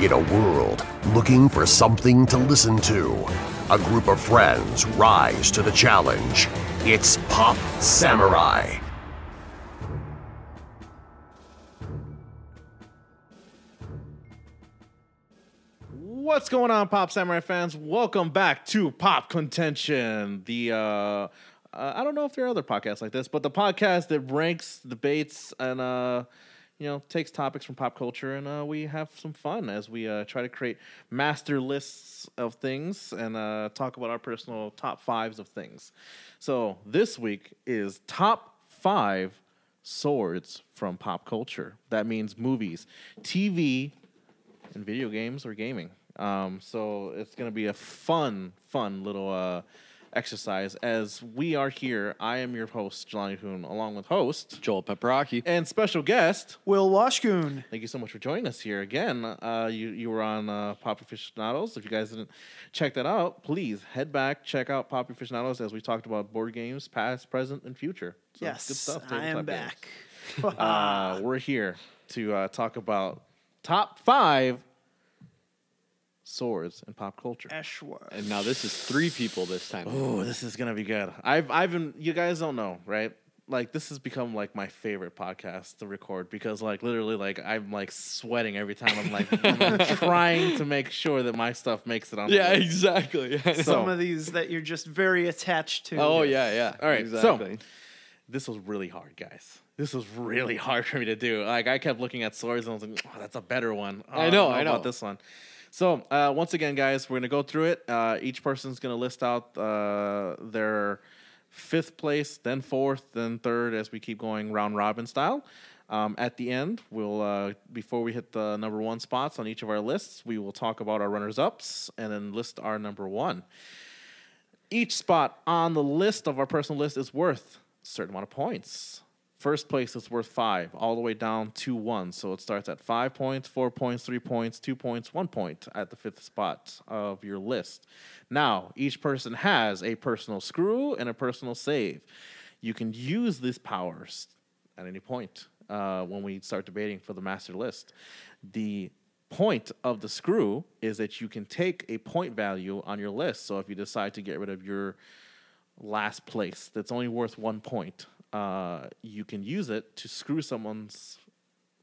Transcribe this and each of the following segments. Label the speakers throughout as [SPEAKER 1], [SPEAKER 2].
[SPEAKER 1] In a world looking for something to listen to, a group of friends rise to the challenge. It's Pop Samurai.
[SPEAKER 2] What's going on, Pop Samurai fans? Welcome back to Pop Contention. The uh, uh, I don't know if there are other podcasts like this, but the podcast that ranks, debates, and uh, you know takes topics from pop culture, and uh, we have some fun as we uh, try to create master lists of things and uh, talk about our personal top fives of things. So this week is top five swords from pop culture. That means movies, TV, in video games or gaming. Um, so it's gonna be a fun, fun little uh, exercise. As we are here, I am your host, Jelani Hoon, along with host
[SPEAKER 3] Joel Paprocki.
[SPEAKER 2] and special guest.
[SPEAKER 4] Will Washgoon.
[SPEAKER 2] Thank you so much for joining us here again. Uh, you you were on uh, Pop Aficionados. If you guys didn't check that out, please head back check out Pop Aficionados as we talked about board games, past, present, and future. So
[SPEAKER 4] Yes,
[SPEAKER 2] tabletop
[SPEAKER 4] I am
[SPEAKER 2] games.
[SPEAKER 4] back.
[SPEAKER 2] Uh, we're here to uh, talk about top five swords in pop culture.
[SPEAKER 4] Eshwa.
[SPEAKER 3] And now this is three people this time.
[SPEAKER 2] Oh, this is gonna be good. I've I've been you guys don't know, right? Like this has become like my favorite podcast to record because like literally like I'm like sweating every time I'm like trying to make sure that my stuff makes it on. the
[SPEAKER 3] Yeah,
[SPEAKER 2] list.
[SPEAKER 3] exactly.
[SPEAKER 2] So-
[SPEAKER 4] Some of these that you're just very attached to.
[SPEAKER 3] oh yeah, yeah.
[SPEAKER 2] All right, so-
[SPEAKER 3] exactly.
[SPEAKER 2] this was really hard, guys. This was really hard for me to do. Like I kept looking at swords and I was like, oh, that's a better one. Oh,
[SPEAKER 3] I know,
[SPEAKER 2] don't
[SPEAKER 3] I
[SPEAKER 2] about
[SPEAKER 3] know.
[SPEAKER 2] this one. So uh, once again, guys, we're gonna go through it. Uh, each person's gonna list out uh, their fifth place, then fourth, then third, as we keep going round robin style. Um, at the end, we'll uh, before we hit the number one spots on each of our lists, we will talk about our runners ups and then list our number one each spot on the list of our personal list is worth a certain amount of points. First place is worth five, all the way down to one. So it starts at five points, four points, three points, two points, one point at the fifth spot of your list. Now, each person has a personal screw and a personal save. You can use these powers at any point uh, when we start debating for the master list. The point of the screw is that you can take a point value on your list. So if you decide to get rid of your last place that's only worth one point, uh, you can use it to screw someone's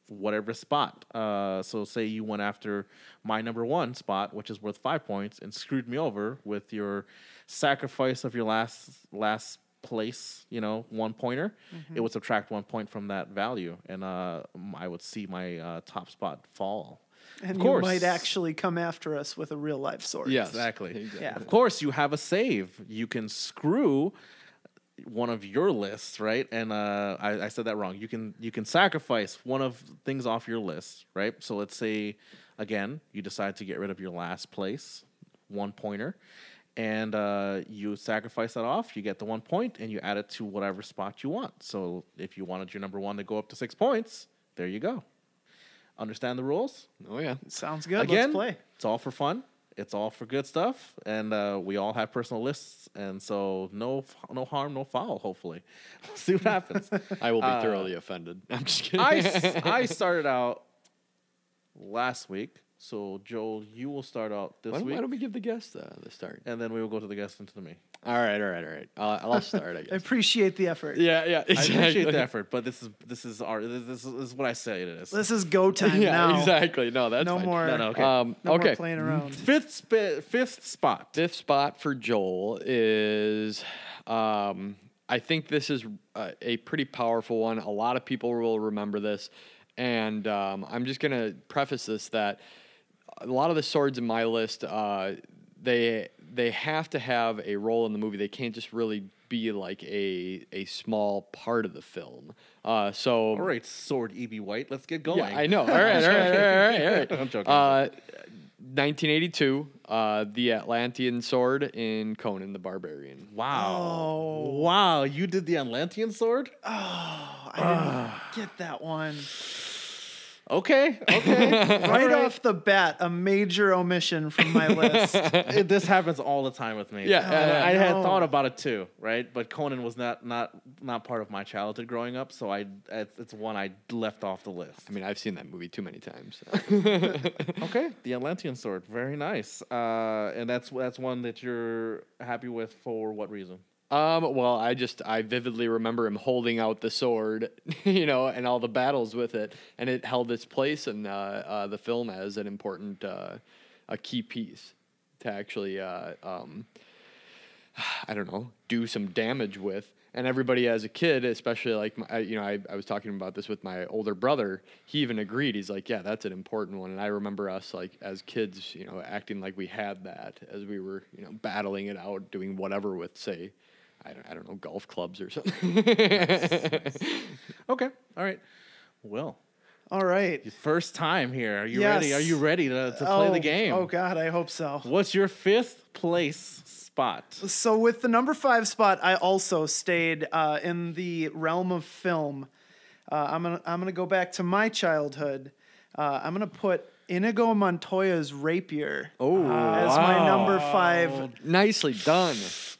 [SPEAKER 2] whatever spot. Uh, so say you went after my number one spot, which is worth five points, and screwed me over with your sacrifice of your last last place, you know, one pointer.
[SPEAKER 4] Mm-hmm.
[SPEAKER 2] It would subtract one point from that value, and uh, m- I would see my uh, top spot fall.
[SPEAKER 4] and
[SPEAKER 2] of
[SPEAKER 4] you
[SPEAKER 2] course,
[SPEAKER 4] might actually come after us with a real life sword.
[SPEAKER 3] Yes.
[SPEAKER 2] Exactly.
[SPEAKER 3] Exactly.
[SPEAKER 2] Of course, you have a save. You can screw one of your lists, right? And uh, I, I said that wrong. You can you can sacrifice one of things off your list, right? So let's say again you decide to get rid of your last place, one pointer, and uh, you sacrifice that off. You get the one point, and you add it to whatever spot you want. So if you wanted your number one to go up to six points, there you go. Understand the rules?
[SPEAKER 3] Oh yeah.
[SPEAKER 4] Sounds good.
[SPEAKER 2] Again,
[SPEAKER 4] Let's play.
[SPEAKER 2] It's all for fun. It's all for good stuff, and uh, we all have personal lists, and so no, f- no harm, no foul. Hopefully, We'll see what happens.
[SPEAKER 3] I will be thoroughly offended. I'm just kidding.
[SPEAKER 2] I, s- I started out last week, so Joel, you will start out this
[SPEAKER 3] why, don't,
[SPEAKER 2] week,
[SPEAKER 3] why don't we give the guest uh, the start?
[SPEAKER 2] and then we will go to the guest and to me.
[SPEAKER 3] All right, all right, all right. I'll, I'll start. I
[SPEAKER 4] I
[SPEAKER 3] guess.
[SPEAKER 4] appreciate the effort.
[SPEAKER 3] yeah, yeah.
[SPEAKER 2] I
[SPEAKER 3] Exactly.
[SPEAKER 2] appreciate the effort, but this is this is our this is, this is what I say it is.
[SPEAKER 4] This is go time
[SPEAKER 3] Yeah,
[SPEAKER 4] now.
[SPEAKER 3] exactly. No, that's
[SPEAKER 4] No
[SPEAKER 3] fine.
[SPEAKER 4] more.
[SPEAKER 2] No, no, okay.
[SPEAKER 3] Um,
[SPEAKER 4] no
[SPEAKER 3] okay.
[SPEAKER 4] more playing around.
[SPEAKER 2] Fifth sp- fifth spot.
[SPEAKER 3] Fifth spot for Joel is, um, I think this is a, a pretty powerful one. A lot of people will remember this, and um, I'm just gonna preface this that a lot of the swords in my list, uh, they they have to have a role in the movie. They can't just really be like a a small part of the film. Uh, so
[SPEAKER 2] All right, Sword E.B. White. Let's get going.
[SPEAKER 3] yeah, I know. All right, all right, all right, all right.
[SPEAKER 2] Oh, I'm joking.
[SPEAKER 3] Uh, 1982, uh, the Atlantean sword in Conan the Barbarian.
[SPEAKER 2] Wow.
[SPEAKER 4] Oh.
[SPEAKER 2] Wow, you did the Atlantean sword?
[SPEAKER 4] Oh, I didn't get that one.
[SPEAKER 2] Okay, okay.
[SPEAKER 4] Right, off the bat, a major omission from my list.
[SPEAKER 2] It- this happens all the time with me.
[SPEAKER 3] Yeah,
[SPEAKER 2] And
[SPEAKER 3] yeah, yeah.
[SPEAKER 2] I had
[SPEAKER 4] No.
[SPEAKER 2] thought about it too, right? But Conan was not not not part of my childhood growing up, so I it's, it's one I left off the list.
[SPEAKER 3] I mean, I've seen that movie too many times.
[SPEAKER 2] Okay, the Atlantean sword, very nice. Uh, and that's that's one that you're happy with for what reason?
[SPEAKER 3] um, well, I just I vividly remember him holding out the sword, you know, and all the battles with it, and it held its place in uh, uh, the film as an important, uh, a key piece to actually, uh, um, I don't know, do some damage with. And everybody as a kid, especially like my, I- you know, I, I was talking about this with my older brother. He even agreed. He's like, "Yeah, that's an important one." And I remember us like as kids, you know, acting like we had that as we were, you know, battling it out, doing whatever with say, I don't, I don't know, golf clubs or something.
[SPEAKER 2] Okay, all right. Well,
[SPEAKER 4] All right.
[SPEAKER 2] your first time here. Are you ready?
[SPEAKER 4] Yes.
[SPEAKER 2] Are you ready to, to play the game?
[SPEAKER 4] Oh God, I hope so.
[SPEAKER 2] What's your fifth place spot?
[SPEAKER 4] So with the number five spot, I also stayed uh, in the realm of film. Uh, I'm gonna I'm gonna go back to my childhood. Uh, I'm gonna put Inigo Montoya's Rapier
[SPEAKER 3] Oh,
[SPEAKER 4] as my number five,
[SPEAKER 3] nicely done.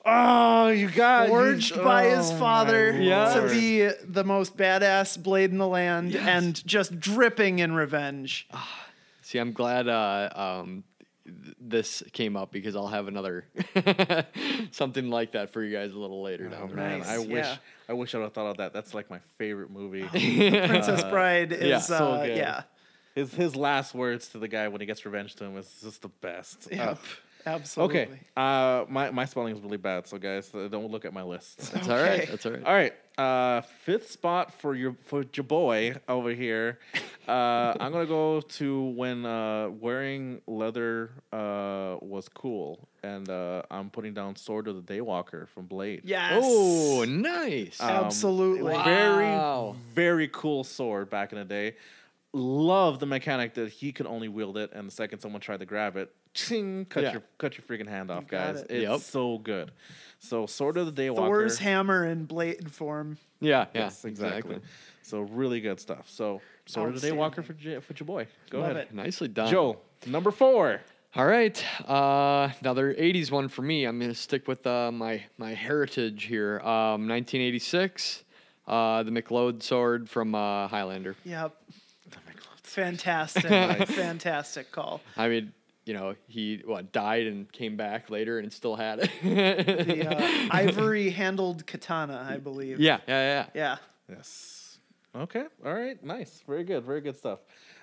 [SPEAKER 2] Oh, you Oh got
[SPEAKER 4] forged by his father
[SPEAKER 3] my
[SPEAKER 4] to
[SPEAKER 3] lord.
[SPEAKER 4] be the most badass blade in the land, and just dripping in revenge.
[SPEAKER 2] Ah,
[SPEAKER 3] See, I'm glad uh, um, th- this came up because I'll have another something like that for you guys a little later. down
[SPEAKER 2] Oh
[SPEAKER 3] the
[SPEAKER 2] man,
[SPEAKER 4] Nice,
[SPEAKER 2] I wish
[SPEAKER 4] yeah.
[SPEAKER 2] I wish I would have thought of that. That's like my favorite movie.
[SPEAKER 4] Princess Bride is
[SPEAKER 3] yeah,
[SPEAKER 2] uh, so
[SPEAKER 4] uh,
[SPEAKER 2] good.
[SPEAKER 4] yeah,
[SPEAKER 2] his his last words to the guy when he gets revenge to him is just the best. Uh,
[SPEAKER 4] yep, absolutely.
[SPEAKER 2] okay. Uh, my my spelling is really bad, so guys, uh, don't look at my list.
[SPEAKER 3] That's all
[SPEAKER 4] Okay.
[SPEAKER 3] right. That's all right.
[SPEAKER 2] All right. Uh, fifth spot for your for your boy over here. Uh, I'm gonna go to when uh, wearing leather uh, was cool, and uh, I'm putting down Sword of the Daywalker from Blade. Oh,
[SPEAKER 4] Yes.
[SPEAKER 3] Oh, nice.
[SPEAKER 4] Absolutely.
[SPEAKER 2] Very
[SPEAKER 3] Wow.
[SPEAKER 2] very cool sword back in the day. Love the mechanic that he could only wield it, and the second someone tried to grab it, ching, cut
[SPEAKER 3] Yeah.
[SPEAKER 2] your cut your freaking hand off,
[SPEAKER 4] got
[SPEAKER 2] guys.
[SPEAKER 4] it.
[SPEAKER 2] It's
[SPEAKER 3] Yep.
[SPEAKER 2] so good. So Sword of the Daywalker.
[SPEAKER 4] Thor's hammer in blade form.
[SPEAKER 3] yeah. Yeah.
[SPEAKER 2] Yes, exactly. So really good stuff. So Sword of the Daywalker for J- for your boy. Go
[SPEAKER 4] Love
[SPEAKER 2] ahead,
[SPEAKER 4] it.
[SPEAKER 3] Nicely done.
[SPEAKER 2] Joe.
[SPEAKER 3] Uh,
[SPEAKER 2] Number four.
[SPEAKER 3] All right. Uh, another 80s one for me. I'm going to stick with uh, my, my heritage here. Um, 1986, uh, the McLeod sword from uh, Highlander.
[SPEAKER 4] Yep. Fantastic. Fantastic call.
[SPEAKER 3] I mean, you know, he what died and came back later and still had it.
[SPEAKER 4] The uh, ivory handled katana, I believe.
[SPEAKER 3] yeah, yeah, yeah.
[SPEAKER 4] Yeah.
[SPEAKER 2] Yes. Okay. All right. Nice. Very good. Very good stuff.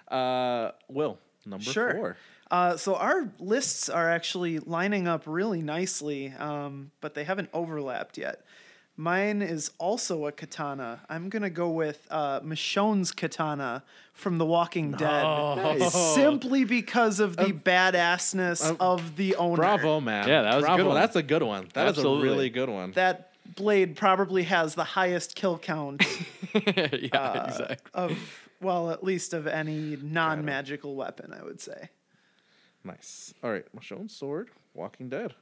[SPEAKER 2] Uh, Will number
[SPEAKER 4] Sure.
[SPEAKER 2] four.
[SPEAKER 4] Uh, so our lists are actually lining up really nicely, um, but they haven't overlapped yet. Mine is also a katana. I'm gonna go with uh, Michonne's katana from The Walking Dead, simply because of the badassness of the owner.
[SPEAKER 2] Bravo, man.
[SPEAKER 3] Yeah, that was a
[SPEAKER 2] Bravo.
[SPEAKER 3] good one.
[SPEAKER 2] That's a good one. That is
[SPEAKER 3] Absolutely.
[SPEAKER 2] a really good one.
[SPEAKER 4] That blade probably has the highest kill count
[SPEAKER 3] yeah,
[SPEAKER 2] Uh,
[SPEAKER 3] exactly.
[SPEAKER 4] of well, at least of any non-magical weapon, I would say.
[SPEAKER 2] nice. All right. Michonne Sword, Walking Dead.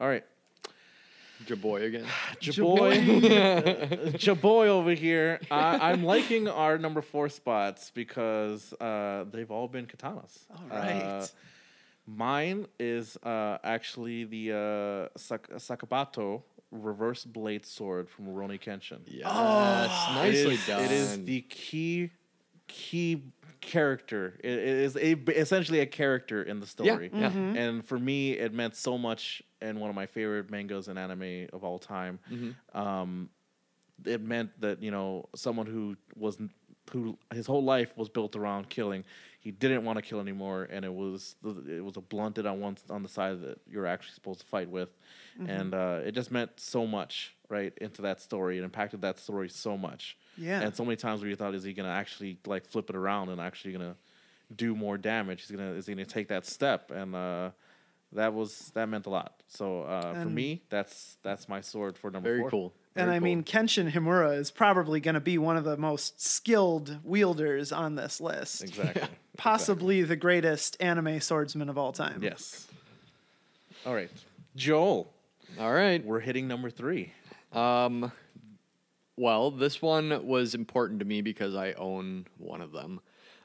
[SPEAKER 2] All right.
[SPEAKER 3] Your boy again.
[SPEAKER 2] Jaboy, Jaboy over here. I, I'm liking our number four spots because uh, they've all been katanas. All
[SPEAKER 4] right.
[SPEAKER 2] mine is uh, actually the uh, Sak- Sakabato reverse blade sword from Roni Kenshin.
[SPEAKER 3] Yes, nicely
[SPEAKER 2] Oh, it is,
[SPEAKER 3] done.
[SPEAKER 2] It is the key key character. It, it is a, essentially a character in the story.
[SPEAKER 3] yeah. Mhm.
[SPEAKER 2] And for me, it meant so much. And one of my favorite mangas and anime of all time.
[SPEAKER 3] Mm-hmm.
[SPEAKER 2] Um, it meant that you know someone who was n- who his whole life was built around killing. He didn't want to kill anymore, and it was it was a blunted on one on the side that you're actually supposed to fight with, and uh, it just meant so much right into that story. It impacted that story so much,
[SPEAKER 4] Yeah.
[SPEAKER 2] And so many times where you thought, is he gonna actually like flip it around and actually gonna do more damage? He's gonna is he gonna take that step? And uh, that was that meant a lot. So uh, for me, that's that's my sword for number
[SPEAKER 3] Very
[SPEAKER 2] four.
[SPEAKER 3] cool.
[SPEAKER 4] And
[SPEAKER 2] Very
[SPEAKER 4] I
[SPEAKER 2] cool.
[SPEAKER 4] mean, Kenshin Himura is probably going to be one of the most skilled wielders on this list.
[SPEAKER 2] Exactly.
[SPEAKER 4] Possibly the greatest anime swordsman of all time.
[SPEAKER 2] Yes. All right. Joel,
[SPEAKER 3] All right.
[SPEAKER 2] we're hitting number three.
[SPEAKER 3] Um, Well, this one was important to me because I own one of them.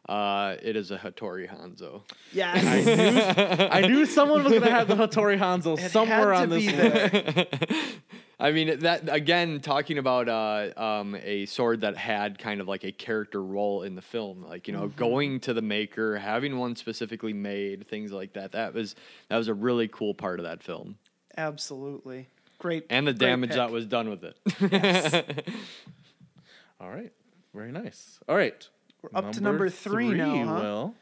[SPEAKER 3] Uh, it is a Hattori Hanzo.
[SPEAKER 4] Yes.
[SPEAKER 2] I knew someone was gonna have the Hattori Hanzo
[SPEAKER 4] had
[SPEAKER 2] somewhere
[SPEAKER 4] to
[SPEAKER 2] on this
[SPEAKER 4] be
[SPEAKER 2] list.
[SPEAKER 4] there.
[SPEAKER 3] I mean that again. Talking about uh, um, a sword that had kind of like a character role in the film, like you know,
[SPEAKER 4] Mm-hmm.
[SPEAKER 3] going to the maker, having one specifically made, things like that. That was that was a really cool part of that film,
[SPEAKER 4] Absolutely. Great.
[SPEAKER 3] and the
[SPEAKER 4] great
[SPEAKER 3] damage
[SPEAKER 4] pick.
[SPEAKER 3] that was done with it.
[SPEAKER 2] All right, very nice. All right, we're
[SPEAKER 4] up to number three now, huh?
[SPEAKER 2] Will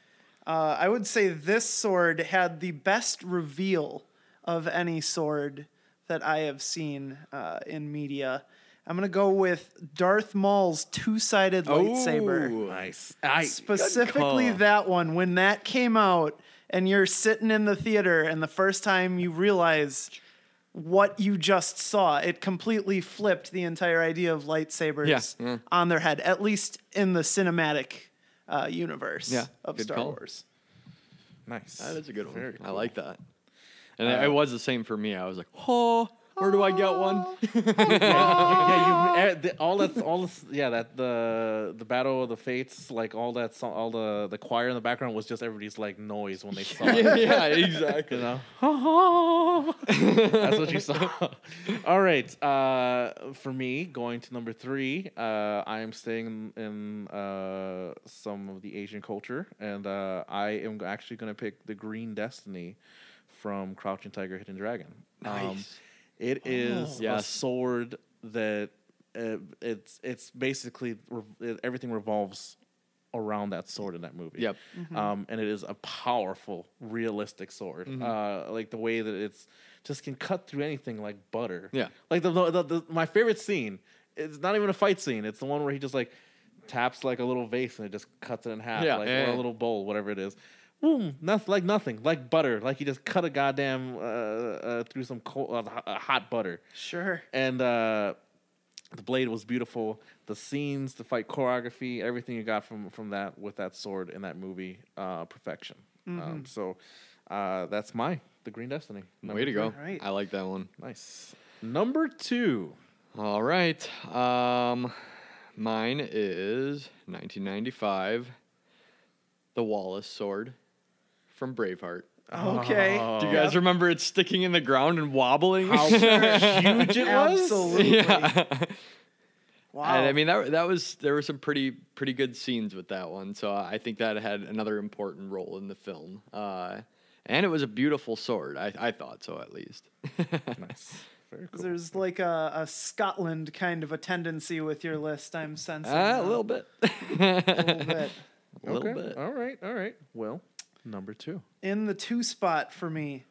[SPEAKER 4] Uh, I would say this sword had the best reveal of any sword that I have seen uh, in media. I'm gonna go with Darth Maul's two-sided lightsaber.
[SPEAKER 3] Ooh.
[SPEAKER 2] nice. I
[SPEAKER 4] Specifically,
[SPEAKER 3] call.
[SPEAKER 4] that one when that came out, and you're sitting in the theater, and the first time you realize what you just saw, it completely flipped the entire idea of lightsabers
[SPEAKER 3] Yeah, Mm-hmm. yeah.
[SPEAKER 4] on their head. At least in the cinematic uh, universe
[SPEAKER 3] Yeah,
[SPEAKER 4] of
[SPEAKER 3] good
[SPEAKER 4] Star
[SPEAKER 3] call.
[SPEAKER 4] Wars.
[SPEAKER 2] nice.
[SPEAKER 3] That is a good one.
[SPEAKER 2] Very
[SPEAKER 3] I
[SPEAKER 2] cool.
[SPEAKER 3] like that. And
[SPEAKER 4] Uh,
[SPEAKER 3] it- it was the same for me. I was like, oh, where do I get one?
[SPEAKER 2] yeah, you, eh, the, all that's all. This, yeah, that the the battle of the fates, like all that, so- all the the choir in the background was just everybody's like noise when they saw it.
[SPEAKER 3] yeah, exactly.
[SPEAKER 2] You know, that's what you saw. All right, uh, for me, going to number three, uh, I am staying in uh, some of the Asian culture, and uh, I am actually going to pick the Green Destiny from Crouching Tiger, Hidden Dragon. Um,
[SPEAKER 3] Nice.
[SPEAKER 2] It is a
[SPEAKER 3] Yes.
[SPEAKER 2] sword that uh, it's it's basically re- it, everything revolves around that sword in that movie.
[SPEAKER 3] Yep.
[SPEAKER 2] Um, and it is a powerful, realistic sword.
[SPEAKER 3] Mm-hmm.
[SPEAKER 2] Uh, like the way that it's just can cut through anything like butter.
[SPEAKER 3] Yeah.
[SPEAKER 2] Like the, the, the my favorite scene. It's not even a fight scene. It's the one where he just like taps like a little vase and it just cuts it in half.
[SPEAKER 3] Yeah,
[SPEAKER 2] Like
[SPEAKER 3] yeah,
[SPEAKER 2] or a
[SPEAKER 3] yeah.
[SPEAKER 2] little bowl, whatever it is. Boom, nothing like nothing, like butter, like you just cut a goddamn uh, uh, through some cold, uh, ho- uh, hot butter
[SPEAKER 4] Sure.
[SPEAKER 2] and uh, the blade was beautiful. The scenes, the fight choreography, everything you got from from that with that sword in that movie, uh, perfection. Um, so uh, that's my the Green Destiny.
[SPEAKER 3] Way to go.
[SPEAKER 4] All right.
[SPEAKER 3] I like that one.
[SPEAKER 2] Nice. Number two.
[SPEAKER 3] All right. Um, mine is 1995, the Wallace sword from Braveheart.
[SPEAKER 4] Okay.
[SPEAKER 3] Do
[SPEAKER 2] Oh,
[SPEAKER 3] you guys remember it sticking in the ground and wobbling?
[SPEAKER 2] Huge it was.
[SPEAKER 4] Absolutely. Wow.
[SPEAKER 3] And I mean that that was there were some pretty pretty good scenes with that one. So I think that had another important role in the film. Uh, and it was a beautiful sword. I, I thought so at least.
[SPEAKER 2] Nice. Very cool.
[SPEAKER 4] there's like a, a Scotland kind of a tendency with your list. I'm sensing
[SPEAKER 3] Uh, a
[SPEAKER 4] now.
[SPEAKER 3] little bit.
[SPEAKER 4] A little bit.
[SPEAKER 3] A little
[SPEAKER 2] Okay.
[SPEAKER 3] bit.
[SPEAKER 2] All right. All right. Well, number two.
[SPEAKER 4] In the two spot for me,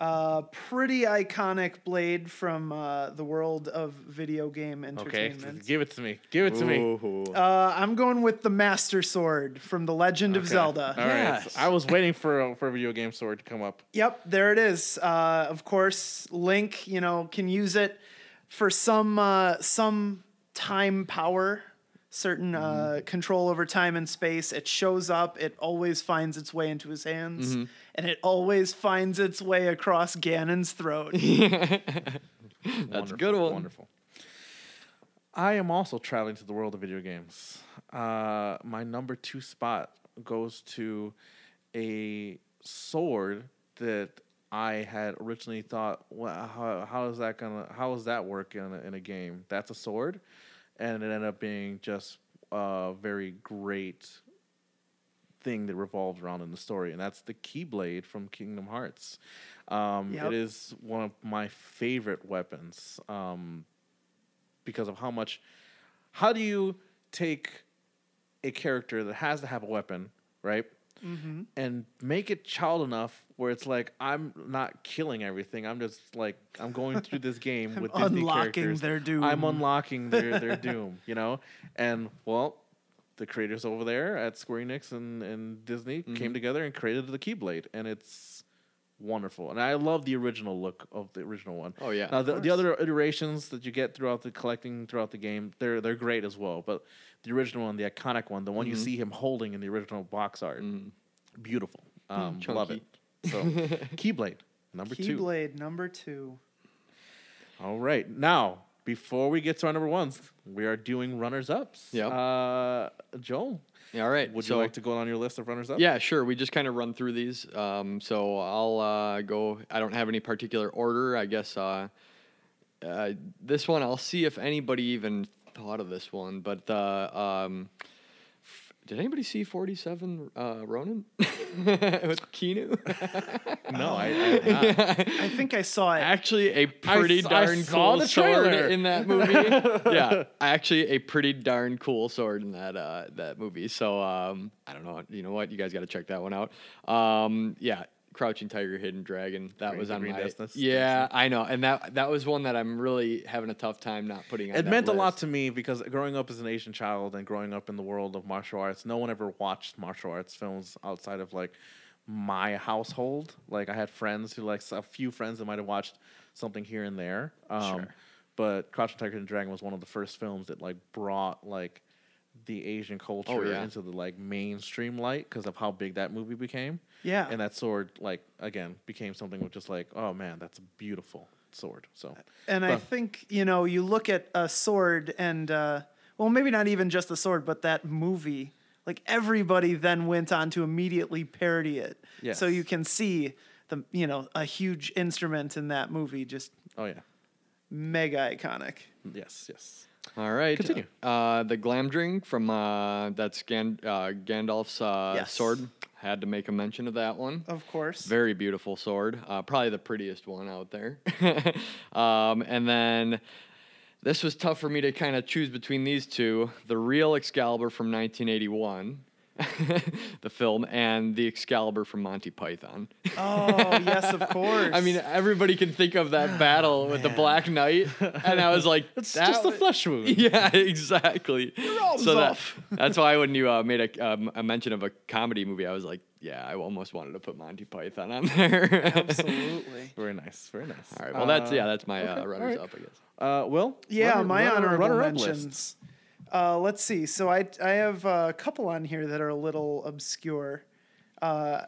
[SPEAKER 4] uh, pretty iconic blade from uh, the world of video game
[SPEAKER 2] Okay.
[SPEAKER 4] entertainment.
[SPEAKER 2] Give it to me. Give it to me. Um,
[SPEAKER 3] Ooh.
[SPEAKER 4] Uh, I'm going with the Master Sword from The Legend of
[SPEAKER 2] Okay.
[SPEAKER 4] Zelda.
[SPEAKER 2] All right.
[SPEAKER 3] Yes.
[SPEAKER 2] I was waiting for a, for a video game sword to come up.
[SPEAKER 4] Yep, there it is. Uh, of course, Link, you know, can use it for some uh, some time power, certain uh, control over time and space. It shows up. It always finds its way into his hands, and it always finds its way across Ganon's throat.
[SPEAKER 3] That's a good one.
[SPEAKER 2] Wonderful. I am also traveling to the world of video games. Uh, my number two spot goes to a sword that I had originally thought, well, how, how is that gonna, how is that work in a, in a game? That's a sword, and it ended up being just a very great thing that revolves around in the story, and that's the Keyblade from Kingdom Hearts. Um,
[SPEAKER 4] Yep.
[SPEAKER 2] It is one of my favorite weapons um, because of how much. How do you take a character that has to have a weapon, right?
[SPEAKER 4] Mm-hmm.
[SPEAKER 2] And make it child enough where it's like I'm not killing everything. I'm just like I'm going through this game with Disney
[SPEAKER 4] unlocking
[SPEAKER 2] characters.
[SPEAKER 4] their doom.
[SPEAKER 2] I'm
[SPEAKER 3] Mm.
[SPEAKER 2] unlocking their their doom. You know, and well, the creators over there at Square Enix and and Disney
[SPEAKER 3] Mm-hmm.
[SPEAKER 2] came together and created the Keyblade, and it's wonderful. And I love the original look of the original one.
[SPEAKER 3] Oh, yeah.
[SPEAKER 2] Now the, the other iterations that you get throughout the collecting throughout the game, they're they're great as well. But the original one, the iconic one, the one
[SPEAKER 3] Mm-hmm.
[SPEAKER 2] you see him holding in the original box art, beautiful. Um, love it.
[SPEAKER 3] Mm. Hmm, Chunky.
[SPEAKER 2] So Keyblade number two.
[SPEAKER 4] Keyblade number two.
[SPEAKER 2] All right, now Before we get to our number ones, we are doing runners ups.
[SPEAKER 3] Yep.
[SPEAKER 2] Uh, Joel,
[SPEAKER 3] All right.
[SPEAKER 2] would
[SPEAKER 3] so,
[SPEAKER 2] you like to go on your list of runners ups?
[SPEAKER 3] Yeah, sure. We just kind of run through these. Um, so I'll uh, go. I don't have any particular order. I guess uh, uh, this one. I'll see if anybody even thought of this one. But uh, um, f- did anybody see Forty Seven uh, Ronin with Keanu?
[SPEAKER 2] No, I, I did not.
[SPEAKER 4] I think I saw it.
[SPEAKER 3] actually a pretty
[SPEAKER 2] s- I
[SPEAKER 3] darn
[SPEAKER 2] saw
[SPEAKER 3] cool
[SPEAKER 2] the
[SPEAKER 3] sword
[SPEAKER 2] trailer.
[SPEAKER 3] in that movie. yeah, actually a pretty darn cool sword in that uh, that movie. So um, I don't know. You know what? You guys got to check that one out. Um, yeah, Crouching Tiger, Hidden Dragon. That
[SPEAKER 2] Green-
[SPEAKER 3] was
[SPEAKER 2] the
[SPEAKER 3] on
[SPEAKER 2] Green
[SPEAKER 3] my.
[SPEAKER 2] Dust, that's-
[SPEAKER 3] yeah, I know, and that that was one that I'm really having a tough time not putting. on
[SPEAKER 2] It
[SPEAKER 3] that
[SPEAKER 2] meant a lot
[SPEAKER 3] list.
[SPEAKER 2] to me because growing up as an Asian child and growing up in the world of martial arts, no one ever watched martial arts films outside of like my household. Like I had friends who like s- a few friends that might have watched something here and there. Um, But Crouching Tiger and Dragon was one of the first films that like brought like the Asian culture
[SPEAKER 3] Oh, yeah.
[SPEAKER 2] into the like mainstream light because of how big that movie became.
[SPEAKER 4] Yeah.
[SPEAKER 2] and that sword like again became something with just like oh man, that's a beautiful sword. So
[SPEAKER 4] And I
[SPEAKER 2] But-
[SPEAKER 4] think, you know, you look at a sword and, uh, well, maybe not even just the sword, but that movie, like everybody then went on to immediately parody it.
[SPEAKER 2] Yes.
[SPEAKER 4] So you can see the, you know, a huge instrument in that movie, just
[SPEAKER 2] oh yeah,
[SPEAKER 4] mega iconic.
[SPEAKER 2] yes, yes.
[SPEAKER 3] All right.
[SPEAKER 2] Continue.
[SPEAKER 3] Uh, the Glamdring from uh, that's Gan- uh, Gandalf's uh,
[SPEAKER 4] Yes.
[SPEAKER 3] sword. Had to make a mention of that one.
[SPEAKER 4] Of course.
[SPEAKER 3] Very beautiful sword. Uh, probably the prettiest one out there. um, and then this was tough for me to kind of choose between these two the real Excalibur from 1981. the film and the Excalibur from Monty Python.
[SPEAKER 4] oh, yes, of course.
[SPEAKER 3] I mean, everybody can think of that battle with the Black Knight, and I was like,
[SPEAKER 2] It's
[SPEAKER 3] that
[SPEAKER 2] just a
[SPEAKER 3] wa-
[SPEAKER 2] flesh wound.
[SPEAKER 3] yeah, exactly.
[SPEAKER 4] arm's
[SPEAKER 3] So that-
[SPEAKER 4] off.
[SPEAKER 3] that's why when you uh, made a, um, a mention of a comedy movie, I was like, yeah, I almost wanted to put Monty Python on there.
[SPEAKER 4] absolutely.
[SPEAKER 2] Very nice. Very nice.
[SPEAKER 3] All right. Well, that's yeah, that's my
[SPEAKER 2] okay,
[SPEAKER 3] uh,
[SPEAKER 2] all
[SPEAKER 3] runners
[SPEAKER 2] right.
[SPEAKER 3] up, I guess.
[SPEAKER 2] Uh, Will?
[SPEAKER 4] Yeah,
[SPEAKER 2] runner-
[SPEAKER 4] my
[SPEAKER 2] runner-
[SPEAKER 4] honorable
[SPEAKER 2] runner-up list.
[SPEAKER 4] mentions. Uh, let's see. So I I have a couple on here that are a little obscure. Uh,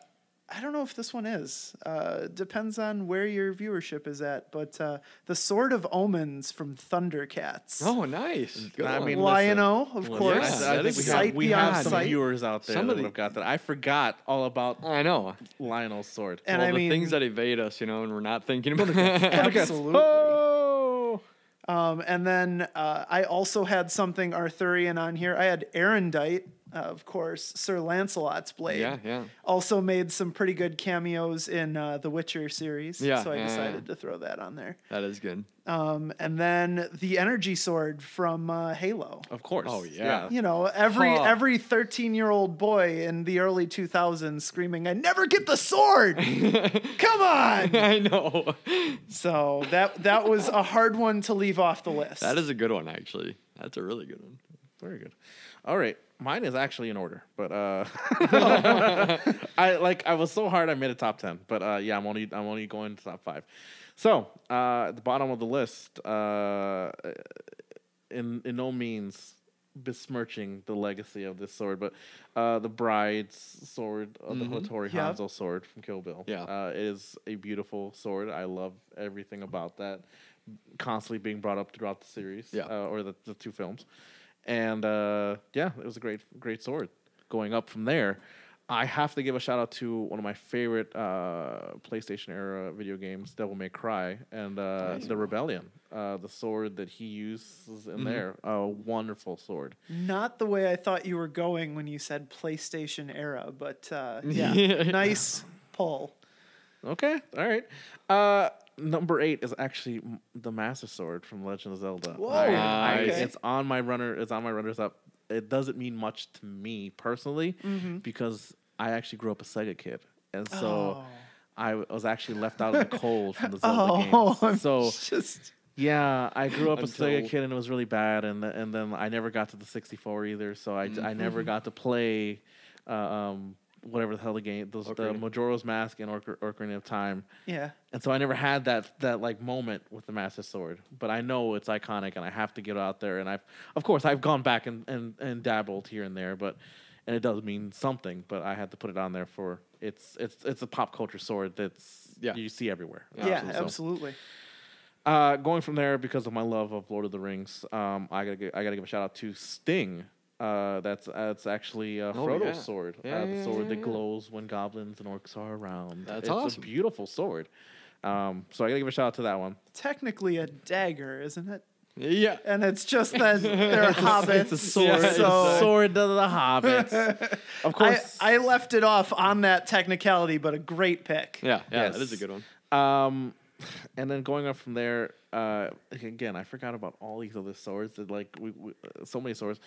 [SPEAKER 4] I don't know if this one is. Uh, depends on where your viewership is at. But uh, the Sword of Omens from Thundercats.
[SPEAKER 3] Oh, nice. Good
[SPEAKER 2] I
[SPEAKER 3] one.
[SPEAKER 2] mean,
[SPEAKER 4] Lion-O, of
[SPEAKER 2] listen,
[SPEAKER 4] course.
[SPEAKER 2] I- I,
[SPEAKER 3] Yeah, that
[SPEAKER 2] think
[SPEAKER 3] is
[SPEAKER 2] we
[SPEAKER 3] sight
[SPEAKER 2] have, we
[SPEAKER 4] beyond
[SPEAKER 2] have some
[SPEAKER 4] sight.
[SPEAKER 2] viewers out there
[SPEAKER 3] Some
[SPEAKER 2] that
[SPEAKER 3] of
[SPEAKER 2] would
[SPEAKER 3] the-
[SPEAKER 2] have got that. I forgot all about
[SPEAKER 3] I know.
[SPEAKER 2] Lionel's sword.
[SPEAKER 4] Oh. And
[SPEAKER 3] well,
[SPEAKER 4] I
[SPEAKER 3] the
[SPEAKER 4] mean,
[SPEAKER 3] things that evade us, you know, and we're not thinking about. it.
[SPEAKER 4] absolutely.
[SPEAKER 3] Oh.
[SPEAKER 4] Um, and then uh, I also had something Arthurian on here. I had Erendite, uh, of course, Sir Lancelot's blade.
[SPEAKER 3] Yeah, yeah.
[SPEAKER 4] Also made some pretty good cameos in uh, the Witcher series.
[SPEAKER 3] Yeah,
[SPEAKER 4] So I
[SPEAKER 3] yeah, yeah.
[SPEAKER 4] decided to throw that on there.
[SPEAKER 3] that is good.
[SPEAKER 4] Um, and then the energy sword from uh, Halo.
[SPEAKER 2] Of course.
[SPEAKER 3] Oh, yeah.
[SPEAKER 4] You know, every
[SPEAKER 3] Huh.
[SPEAKER 4] every thirteen year old boy in the early two thousands screaming, "I never get the sword!" Come on.
[SPEAKER 3] I know.
[SPEAKER 4] So that that was a hard one to leave off the list.
[SPEAKER 3] That is a good one, actually. That's a really good one.
[SPEAKER 2] Very good. All right. Mine is actually in order, but uh, I like I was so hard I made a top ten, but uh, yeah, I'm only I'm only going to top five. So uh, at the bottom of the list, uh, in in no means besmirching the legacy of this sword, but uh, the bride's sword, uh, the Hattori
[SPEAKER 4] Yeah.
[SPEAKER 2] Hanzo sword from Kill Bill,
[SPEAKER 3] Yeah.
[SPEAKER 2] uh, is a beautiful sword. I love everything about that. Constantly being brought up throughout the series,
[SPEAKER 3] Yeah.
[SPEAKER 2] uh, or the, the two films, and uh, yeah, it was a great great sword. Going up from there, I have to give a shout out to one of my favorite uh, PlayStation era video games, Devil May Cry, and uh, the Rebellion. Uh, the sword that he uses in there, a wonderful sword.
[SPEAKER 4] Not the way I thought you were going when you said PlayStation era, but uh, yeah, nice pull.
[SPEAKER 2] Okay, all right. Uh, number eight is actually m- the Master Sword from Legend of Zelda. Whoa, I, I-
[SPEAKER 3] Nice.
[SPEAKER 2] it's on my runner. It's on my runners up. It doesn't mean much to me personally
[SPEAKER 4] Mm-hmm.
[SPEAKER 2] because I actually grew up a Sega kid, and so
[SPEAKER 4] Oh.
[SPEAKER 2] I w- was actually left out in the cold from the Zelda
[SPEAKER 4] Oh, I'm
[SPEAKER 2] games. So
[SPEAKER 4] just
[SPEAKER 2] yeah, I grew up a Sega
[SPEAKER 3] Until-
[SPEAKER 2] kid and it was really bad, and th- and then I never got to the 64 either, so I,
[SPEAKER 3] Mm-hmm.
[SPEAKER 2] I never got to play, uh, um, whatever the hell the game, those, the
[SPEAKER 3] Ocarina.
[SPEAKER 2] Majora's Mask and Ocar- Ocarina of Time,
[SPEAKER 4] yeah.
[SPEAKER 2] and so I never had that that like moment with the Master Sword, but I know it's iconic, and I have to get out there, and I've of course I've gone back and and, and dabbled here and there, but and it does mean something, but I had to put it on there for it's it's it's a pop culture sword that's
[SPEAKER 3] Yeah.
[SPEAKER 2] you see everywhere,
[SPEAKER 4] Yeah,
[SPEAKER 2] So-
[SPEAKER 4] absolutely.
[SPEAKER 2] Uh, going from there, because of my love of Lord of the Rings, um, I gotta give, I gotta give a shout out to Sting. Uh, that's that's actually uh, Frodo's
[SPEAKER 3] Oh, yeah.
[SPEAKER 2] sword,
[SPEAKER 3] Yeah,
[SPEAKER 2] uh, the
[SPEAKER 3] yeah,
[SPEAKER 2] sword
[SPEAKER 3] yeah,
[SPEAKER 2] that
[SPEAKER 3] yeah.
[SPEAKER 2] glows when goblins and orcs are around.
[SPEAKER 3] That's
[SPEAKER 2] it's
[SPEAKER 3] awesome.
[SPEAKER 2] a beautiful sword. Um, so I gotta give a shout out to that one.
[SPEAKER 4] Technically a dagger, isn't it?
[SPEAKER 3] Yeah.
[SPEAKER 4] And it's just that they're hobbits.
[SPEAKER 2] It's a sword,
[SPEAKER 3] Yeah,
[SPEAKER 2] it's
[SPEAKER 4] so
[SPEAKER 2] a sword of the
[SPEAKER 3] Ah,
[SPEAKER 2] hobbits. of
[SPEAKER 4] I,
[SPEAKER 2] course,
[SPEAKER 4] I left it off on that technicality, but a great pick.
[SPEAKER 3] Yeah. Yeah.
[SPEAKER 2] Yes.
[SPEAKER 3] That is a good one.
[SPEAKER 2] Um, and then going up from there, uh, again, I forgot about all these other swords. That like we, we uh, so many swords.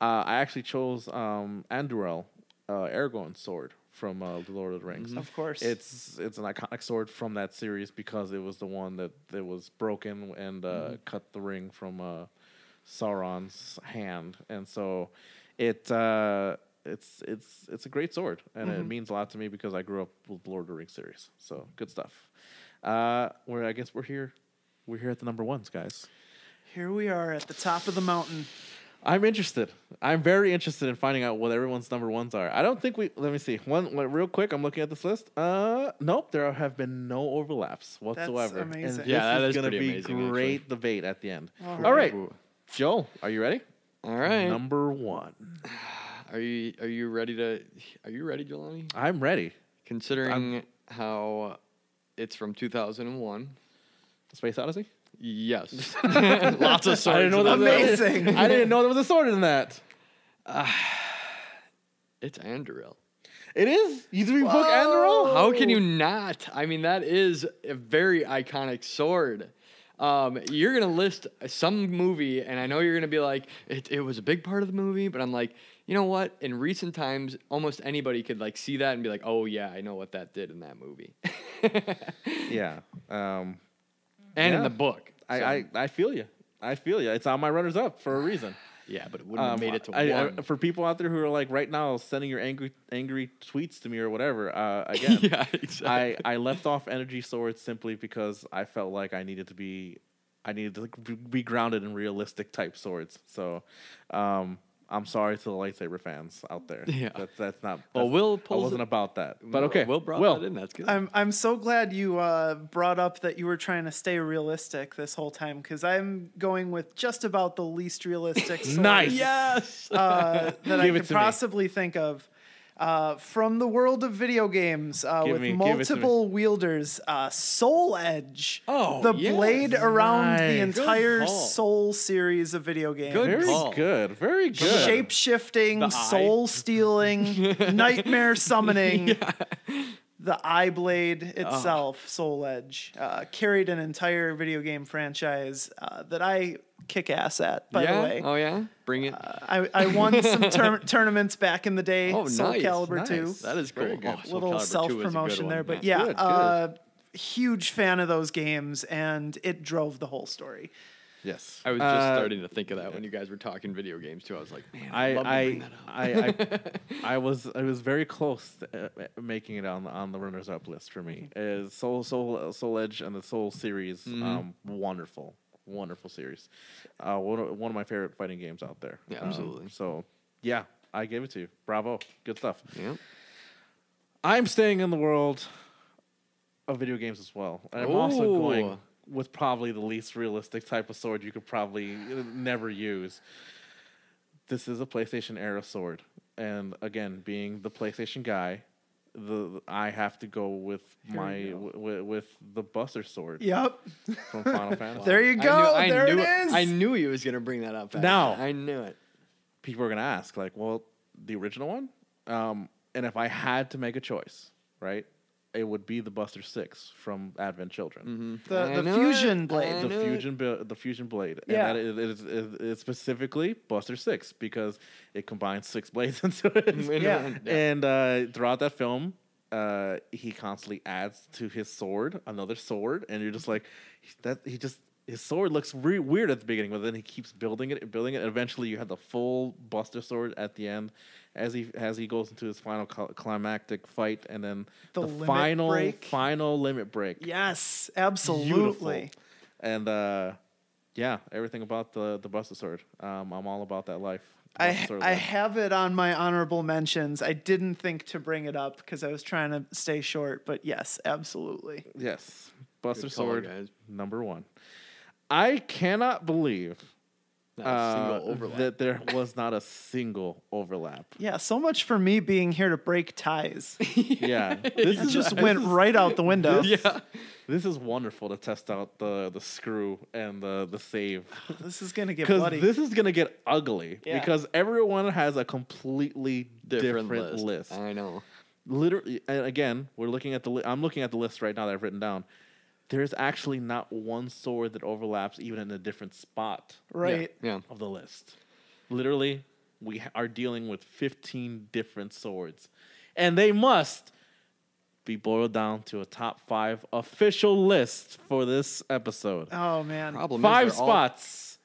[SPEAKER 2] Uh, I actually chose um Anduril, uh, Aragorn's sword from uh, the Lord of the Rings.
[SPEAKER 4] Of course.
[SPEAKER 2] It's it's an iconic sword from that series because it was the one that that was broken and uh, cut the ring from uh, Sauron's hand, and so it uh, it's it's it's a great sword, and it means a lot to me because I grew up with Lord of the Rings series. So good stuff. Uh, where I guess we're here, we're here at the number ones, guys.
[SPEAKER 4] Here we are at the top of the mountain.
[SPEAKER 2] I'm interested. I'm very interested in finding out what everyone's number ones are. I don't think we. Let me see. One, one- real quick. I'm looking at this list. Uh, nope. There have been no overlaps whatsoever. And
[SPEAKER 4] amazing.
[SPEAKER 2] this
[SPEAKER 3] Yeah, that is
[SPEAKER 2] gonna
[SPEAKER 3] pretty
[SPEAKER 2] be
[SPEAKER 3] amazing, actually.
[SPEAKER 2] great debate at the end.
[SPEAKER 4] All
[SPEAKER 2] All right, Joel, are you ready?
[SPEAKER 3] All right.
[SPEAKER 2] Number one.
[SPEAKER 3] Are you are you ready to are you ready, Jelani?
[SPEAKER 2] I'm ready.
[SPEAKER 3] Considering how it's from 2001.
[SPEAKER 2] Space Odyssey.
[SPEAKER 3] Yes. Lots of swords.
[SPEAKER 2] I didn't know that.
[SPEAKER 3] in that.
[SPEAKER 4] was- Amazing.
[SPEAKER 2] I didn't know there was a sword in that.
[SPEAKER 3] It's Andoril.
[SPEAKER 2] It is. You three book and the roll.
[SPEAKER 3] How can you not? I mean, that is a very iconic sword. Um, you're gonna list some movie, and I know you're gonna be like, it, it was a big part of the movie, but I'm like, you know what? In recent times, almost anybody could like see that and be like, oh yeah, I know what that did in that movie, and
[SPEAKER 2] Yeah. Um. Yeah.
[SPEAKER 3] in the book.
[SPEAKER 2] I,
[SPEAKER 3] So,
[SPEAKER 2] I I feel you. I feel you. It's on my runners up for a reason.
[SPEAKER 3] yeah, but it wouldn't have
[SPEAKER 2] Um,
[SPEAKER 3] made it to
[SPEAKER 2] I- I-
[SPEAKER 3] one.
[SPEAKER 2] for people out there who are like right now sending your angry angry tweets to me or whatever, uh, again,
[SPEAKER 3] yeah, exactly.
[SPEAKER 2] I, I left off energy swords simply because I felt like I needed to be I needed to like, be- be grounded in realistic type swords. So um, I'm sorry to the lightsaber fans out there.
[SPEAKER 3] Yeah.
[SPEAKER 2] that's that's not.
[SPEAKER 3] Well,
[SPEAKER 2] that's-
[SPEAKER 3] Will
[SPEAKER 2] I
[SPEAKER 3] pulls
[SPEAKER 2] wasn't
[SPEAKER 3] it-
[SPEAKER 2] about that. But okay,
[SPEAKER 3] Will brought that in. That's good.
[SPEAKER 4] I'm I'm so glad you uh, brought up that you were trying to stay realistic this whole time because I'm going with just about the least realistic. sort
[SPEAKER 2] Nice.
[SPEAKER 3] yes.
[SPEAKER 4] uh, that I
[SPEAKER 2] Give it
[SPEAKER 4] could
[SPEAKER 2] to me.
[SPEAKER 4] possibly think of. Uh, from the world of video games, uh,
[SPEAKER 2] Give
[SPEAKER 4] with
[SPEAKER 2] me- give it to me.
[SPEAKER 4] multiple wielders, uh, Soul Edge,
[SPEAKER 3] Oh,
[SPEAKER 4] the
[SPEAKER 3] yes.
[SPEAKER 4] blade around the
[SPEAKER 2] Nice. Good
[SPEAKER 4] entire
[SPEAKER 3] call.
[SPEAKER 4] Soul series of video games.
[SPEAKER 3] Good
[SPEAKER 2] Very
[SPEAKER 3] call.
[SPEAKER 2] good. Very good.
[SPEAKER 4] Shape shifting,
[SPEAKER 3] eye.
[SPEAKER 4] soul stealing, nightmare summoning. The eye blade itself, Soul Edge, uh, carried an entire video game franchise uh, that I kick ass at. By
[SPEAKER 3] yeah.
[SPEAKER 4] the way, uh,
[SPEAKER 3] Oh yeah. Bring it.
[SPEAKER 4] I, I won some tur- tournaments back in the day.
[SPEAKER 3] Oh,
[SPEAKER 4] Soul
[SPEAKER 3] nice,
[SPEAKER 4] Calibur
[SPEAKER 2] nice.
[SPEAKER 4] 2.
[SPEAKER 3] that is
[SPEAKER 2] Very
[SPEAKER 3] cool. Oh,
[SPEAKER 2] good.
[SPEAKER 3] Soul
[SPEAKER 4] little
[SPEAKER 3] Calibur 2 is a
[SPEAKER 4] self
[SPEAKER 3] good
[SPEAKER 4] promotion
[SPEAKER 3] one,
[SPEAKER 4] there, but
[SPEAKER 3] yeah.
[SPEAKER 4] yeah,
[SPEAKER 2] Good, good.
[SPEAKER 4] uh, huge fan of those games, and it drove the whole story.
[SPEAKER 2] yes,
[SPEAKER 3] I was just
[SPEAKER 2] Uh,
[SPEAKER 3] starting to think of that when you guys were talking video games too. I was like, man, I, love to
[SPEAKER 2] I
[SPEAKER 3] bring that up.
[SPEAKER 2] I, I I was I was very close to uh, uh, making it on the on the runners up list for me.
[SPEAKER 3] Mm-hmm.
[SPEAKER 2] Is Soul Soul uh, Soul Edge and the Soul series um wonderful wonderful series. Uh one of, one of my favorite fighting games out there.
[SPEAKER 3] Yeah,
[SPEAKER 2] Um,
[SPEAKER 3] absolutely.
[SPEAKER 2] so yeah, I gave it to you. Bravo. Good stuff.
[SPEAKER 3] Yeah.
[SPEAKER 2] I'm staying in the world of video games as well. And I'm also going
[SPEAKER 3] Ooh.
[SPEAKER 2] with probably the least realistic type of sword you could probably uh, never use. This is a PlayStation era sword, and again, being the PlayStation guy, the I have to go with my w- w- with the Buster sword
[SPEAKER 4] Yep,
[SPEAKER 2] from Final Fantasy.
[SPEAKER 4] there you go.
[SPEAKER 3] I knew,
[SPEAKER 4] there
[SPEAKER 3] I knew,
[SPEAKER 4] it is.
[SPEAKER 3] I knew he was gonna bring that up. actually.
[SPEAKER 2] Now.
[SPEAKER 3] I knew it.
[SPEAKER 2] people are going to ask, like, well, the original one? Um, and if I had to make a choice, right, it would be the Buster Six from Advent Children.
[SPEAKER 4] the
[SPEAKER 3] I
[SPEAKER 4] the
[SPEAKER 3] knew
[SPEAKER 4] fusion
[SPEAKER 3] it. I
[SPEAKER 4] blade.
[SPEAKER 2] the
[SPEAKER 3] knew it.
[SPEAKER 2] fusion bu- the fusion blade and
[SPEAKER 4] Yeah.
[SPEAKER 2] that is, it is, it is specifically buster six because it combines six blades into it
[SPEAKER 3] Yeah.
[SPEAKER 2] and uh, throughout that film uh, he constantly adds to his sword another sword and you're just like that he just his sword looks re- weird at the beginning but then he keeps building it and building it and eventually you have the full buster sword at the end as he as he goes into his final cl- climactic fight and then
[SPEAKER 4] The
[SPEAKER 2] the,
[SPEAKER 4] limit
[SPEAKER 2] final
[SPEAKER 4] break.
[SPEAKER 2] final limit break
[SPEAKER 4] Yes,
[SPEAKER 2] beautiful.
[SPEAKER 4] absolutely.
[SPEAKER 2] And uh, yeah, everything about the the Buster Sword. Um, I'm all about that life. The
[SPEAKER 4] I,
[SPEAKER 2] Buster Sword
[SPEAKER 4] I
[SPEAKER 2] life.
[SPEAKER 4] have it on my honorable mentions. I didn't think to bring it up because I was trying to stay short, but yes, absolutely.
[SPEAKER 2] yes, Buster
[SPEAKER 3] call,
[SPEAKER 2] Sword
[SPEAKER 3] guys.
[SPEAKER 2] number one. I cannot believe
[SPEAKER 3] Not a
[SPEAKER 2] uh,
[SPEAKER 3] single overlap.
[SPEAKER 2] that there was not a single overlap.
[SPEAKER 4] Yeah, so much for me being here to break ties.
[SPEAKER 2] Yeah, this
[SPEAKER 4] It
[SPEAKER 2] is
[SPEAKER 4] just
[SPEAKER 2] just
[SPEAKER 4] went right out the window.
[SPEAKER 3] yeah.
[SPEAKER 2] this is wonderful to test out the the screw and the the save
[SPEAKER 4] This is gonna get
[SPEAKER 2] because
[SPEAKER 4] bloody.
[SPEAKER 2] this is gonna get ugly
[SPEAKER 4] Yeah.
[SPEAKER 2] because everyone has a completely
[SPEAKER 3] Different,
[SPEAKER 2] different,
[SPEAKER 3] list.
[SPEAKER 2] list.
[SPEAKER 3] I know.
[SPEAKER 2] Literally, and again, we're looking at the li- I'm looking at the list right now that I've written down. There's actually not one sword that overlaps even in a different spot
[SPEAKER 4] right.
[SPEAKER 3] Yeah.
[SPEAKER 2] of the list. Literally, we ha- are dealing with 15 different swords, and they must be boiled down to a top five official list for this episode.
[SPEAKER 4] Oh man.
[SPEAKER 3] Problem
[SPEAKER 2] five
[SPEAKER 3] is they're all-
[SPEAKER 2] spots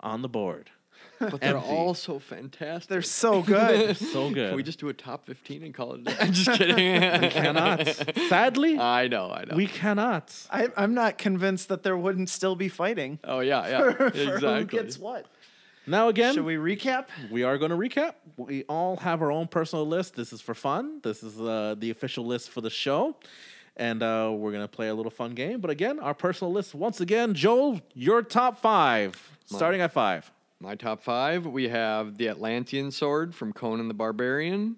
[SPEAKER 2] on the board.
[SPEAKER 3] but they're
[SPEAKER 2] empty.
[SPEAKER 3] all so fantastic.
[SPEAKER 4] They're so good.
[SPEAKER 2] So good.
[SPEAKER 3] Can we just do a top 15 and call it a day? I'm just kidding.
[SPEAKER 2] We cannot. Sadly,
[SPEAKER 3] I know, I know.
[SPEAKER 2] we cannot.
[SPEAKER 4] I, I'm not convinced that there wouldn't still be fighting.
[SPEAKER 3] oh, yeah, yeah.
[SPEAKER 4] for
[SPEAKER 3] exactly.
[SPEAKER 4] Who gets what?
[SPEAKER 2] Now again,
[SPEAKER 4] Should we recap?
[SPEAKER 2] we are going to recap. We all have our own personal list. This is for fun. This is uh, the official list for the show. And uh, we're going to play a little fun game. But again, our personal list, once again, Joel, your top five, starting at five.
[SPEAKER 3] My top five we have the Atlantean sword from Conan the Barbarian,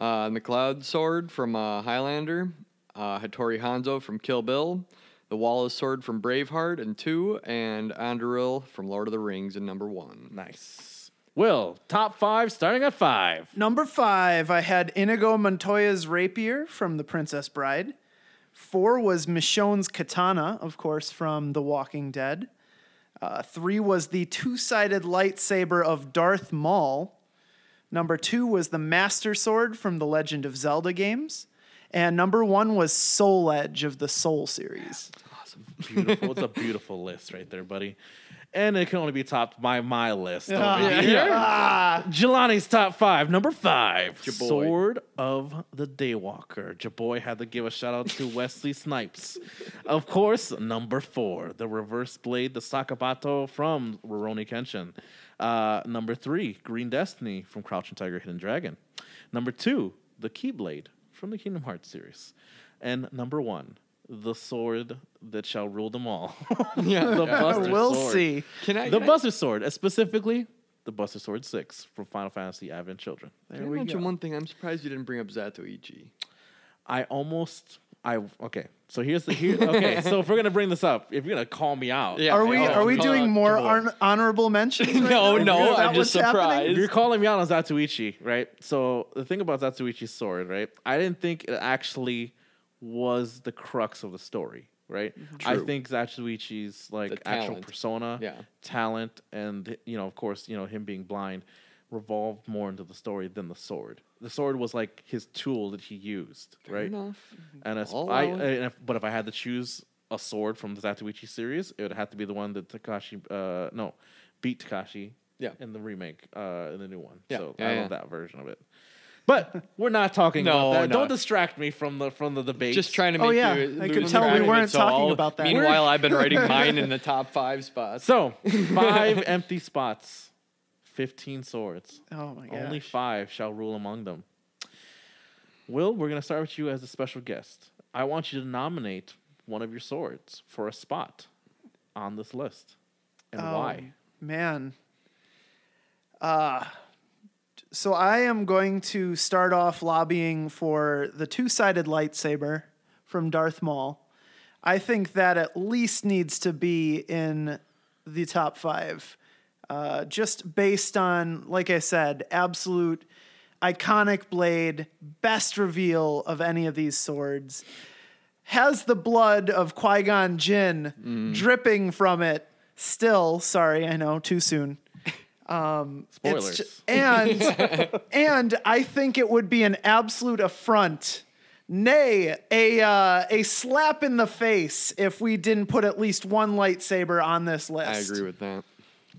[SPEAKER 3] uh, and the Cloud sword from uh, Highlander, uh, Hattori Hanzo from Kill Bill, the Wallace sword from Braveheart in two, and Andoril from Lord of the Rings in number one.
[SPEAKER 2] Nice. Will, top five, starting at five.
[SPEAKER 4] Number five, I had Inigo Montoya's rapier from The Princess Bride. Four was Michonne's katana, of course, from The Walking Dead. Uh, three was the two sided lightsaber of Darth Maul. Number two was the Master Sword from The Legend of Zelda games. And number one was Soul Edge of the Soul series.
[SPEAKER 2] Beautiful. it's a beautiful list right there, buddy. And it can only be topped by my list. over
[SPEAKER 4] Ah,
[SPEAKER 2] here. Jelani's top five, number five,
[SPEAKER 3] Jaboy.
[SPEAKER 2] Sword of the Daywalker. Jaboy had to give a shout out to Wesley Snipes. Of course, number four, the Reverse Blade, the Sakabato from Roroni Kenshin. Uh, number three, Green Destiny from Crouching Tiger, Hidden Dragon. Number two, the Keyblade from the Kingdom Hearts series. And number one, the sword that shall rule them all.
[SPEAKER 3] Yeah.
[SPEAKER 2] the Buster
[SPEAKER 4] We'll
[SPEAKER 2] Sword.
[SPEAKER 4] see.
[SPEAKER 3] Can I,
[SPEAKER 2] The
[SPEAKER 3] can I-
[SPEAKER 2] Buster Sword, uh, specifically the Buster Sword 6 from Final Fantasy Advent Children.
[SPEAKER 3] can I mention one thing? I'm surprised you didn't bring up Zatoichi.
[SPEAKER 2] I almost I okay. So here's the here okay, so if we're gonna bring this up, if you're gonna call me out,
[SPEAKER 3] Yeah.
[SPEAKER 4] Are we
[SPEAKER 3] Oh,
[SPEAKER 4] are we
[SPEAKER 3] uh,
[SPEAKER 4] doing more
[SPEAKER 3] Jaboy.
[SPEAKER 4] hon- honorable mentions? right
[SPEAKER 3] No,
[SPEAKER 4] now?
[SPEAKER 3] no,
[SPEAKER 4] Is that
[SPEAKER 3] I'm just
[SPEAKER 4] what's happening?
[SPEAKER 3] surprised.
[SPEAKER 2] if you're calling me out on Zatoichi, right? So the thing about Zatoichi's sword, right? I didn't think it actually was the crux of the story, right? I
[SPEAKER 3] True.
[SPEAKER 2] think Zatoichi's like
[SPEAKER 3] The
[SPEAKER 2] actual
[SPEAKER 3] talent.
[SPEAKER 2] persona,
[SPEAKER 3] Yeah.
[SPEAKER 2] talent, and you know, of course, you know, him being blind revolved more into the story than the sword. The sword was like his tool that he used,
[SPEAKER 3] Fair
[SPEAKER 2] right?
[SPEAKER 3] enough.
[SPEAKER 2] And as
[SPEAKER 3] All
[SPEAKER 2] I,
[SPEAKER 3] out.
[SPEAKER 2] and if, but if I had to choose a sword from the Zatoichi series, it would have to be the one that Takashi, uh, no, beat Takashi.
[SPEAKER 3] Yeah.
[SPEAKER 2] In the remake, uh, in the new one.
[SPEAKER 3] Yeah.
[SPEAKER 2] So
[SPEAKER 3] Yeah,
[SPEAKER 2] I
[SPEAKER 3] yeah.
[SPEAKER 2] love that version of it. But we're not talking
[SPEAKER 3] No,
[SPEAKER 2] about that.
[SPEAKER 3] no.
[SPEAKER 2] Don't distract me from the from the debate.
[SPEAKER 3] Just trying to
[SPEAKER 4] Oh,
[SPEAKER 3] make
[SPEAKER 4] yeah.
[SPEAKER 3] you.
[SPEAKER 4] I
[SPEAKER 3] lose
[SPEAKER 4] could tell
[SPEAKER 3] track
[SPEAKER 4] we
[SPEAKER 3] of it,
[SPEAKER 4] weren't
[SPEAKER 3] so
[SPEAKER 4] talking
[SPEAKER 3] I'll-
[SPEAKER 4] about that.
[SPEAKER 3] Meanwhile, I've been writing mine in the top five spots.
[SPEAKER 2] So five empty spots, fifteen swords.
[SPEAKER 4] Oh my god.
[SPEAKER 2] Only five shall rule among them. Will, we're going to start with you as a special guest. I want you to nominate one of your swords for a spot on this list. And why?
[SPEAKER 4] Man. Uh, so I am going to start off lobbying for the two sided lightsaber from Darth Maul. I think that at least needs to be in the top five. Uh, just based on, like I said, absolute iconic blade, best reveal of any of these swords. has the blood of Qui Gon Jinn
[SPEAKER 2] Mm.
[SPEAKER 4] dripping from it. Still, sorry, I know, too soon. It's
[SPEAKER 2] Spoilers.
[SPEAKER 4] ju- and and I think it would be an absolute affront, nay, a uh, a slap in the face if we didn't put at least one lightsaber on this list.
[SPEAKER 3] I agree with that.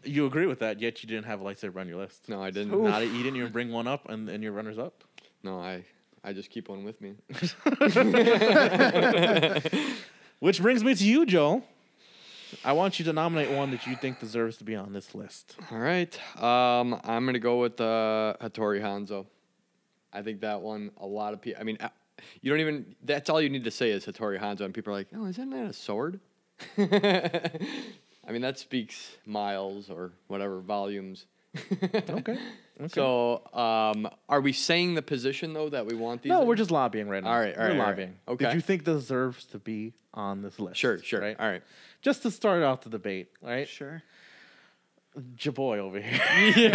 [SPEAKER 2] you agree with that, yet you didn't have a lightsaber on your list.
[SPEAKER 3] No, I didn't.
[SPEAKER 2] Not, you didn't even bring one up and, and your runners up.
[SPEAKER 3] No, I I just keep one with me.
[SPEAKER 2] Which brings me to you, Joel. I want you to nominate one that you think deserves to be on this list.
[SPEAKER 3] All right. Um, I'm gonna go with uh, Hattori Hanzo. I think that one. A lot of people. I mean, uh, you don't even. That's all you need to say is Hattori Hanzo, and people are like, "Oh, isn't that a sword?" I mean, that speaks miles or whatever volumes.
[SPEAKER 2] Okay.
[SPEAKER 3] So, um, are we saying the position though that we want these?
[SPEAKER 2] No,
[SPEAKER 3] in?
[SPEAKER 2] we're just lobbying right now.
[SPEAKER 3] All right, all
[SPEAKER 2] we're
[SPEAKER 3] right, all right.
[SPEAKER 2] lobbying.
[SPEAKER 3] Okay.
[SPEAKER 2] Did you think deserves to be on this list?
[SPEAKER 3] sure, sure.
[SPEAKER 2] Right?
[SPEAKER 3] All right.
[SPEAKER 2] Just to start off the debate, right?
[SPEAKER 4] Sure.
[SPEAKER 2] Jaboy over here.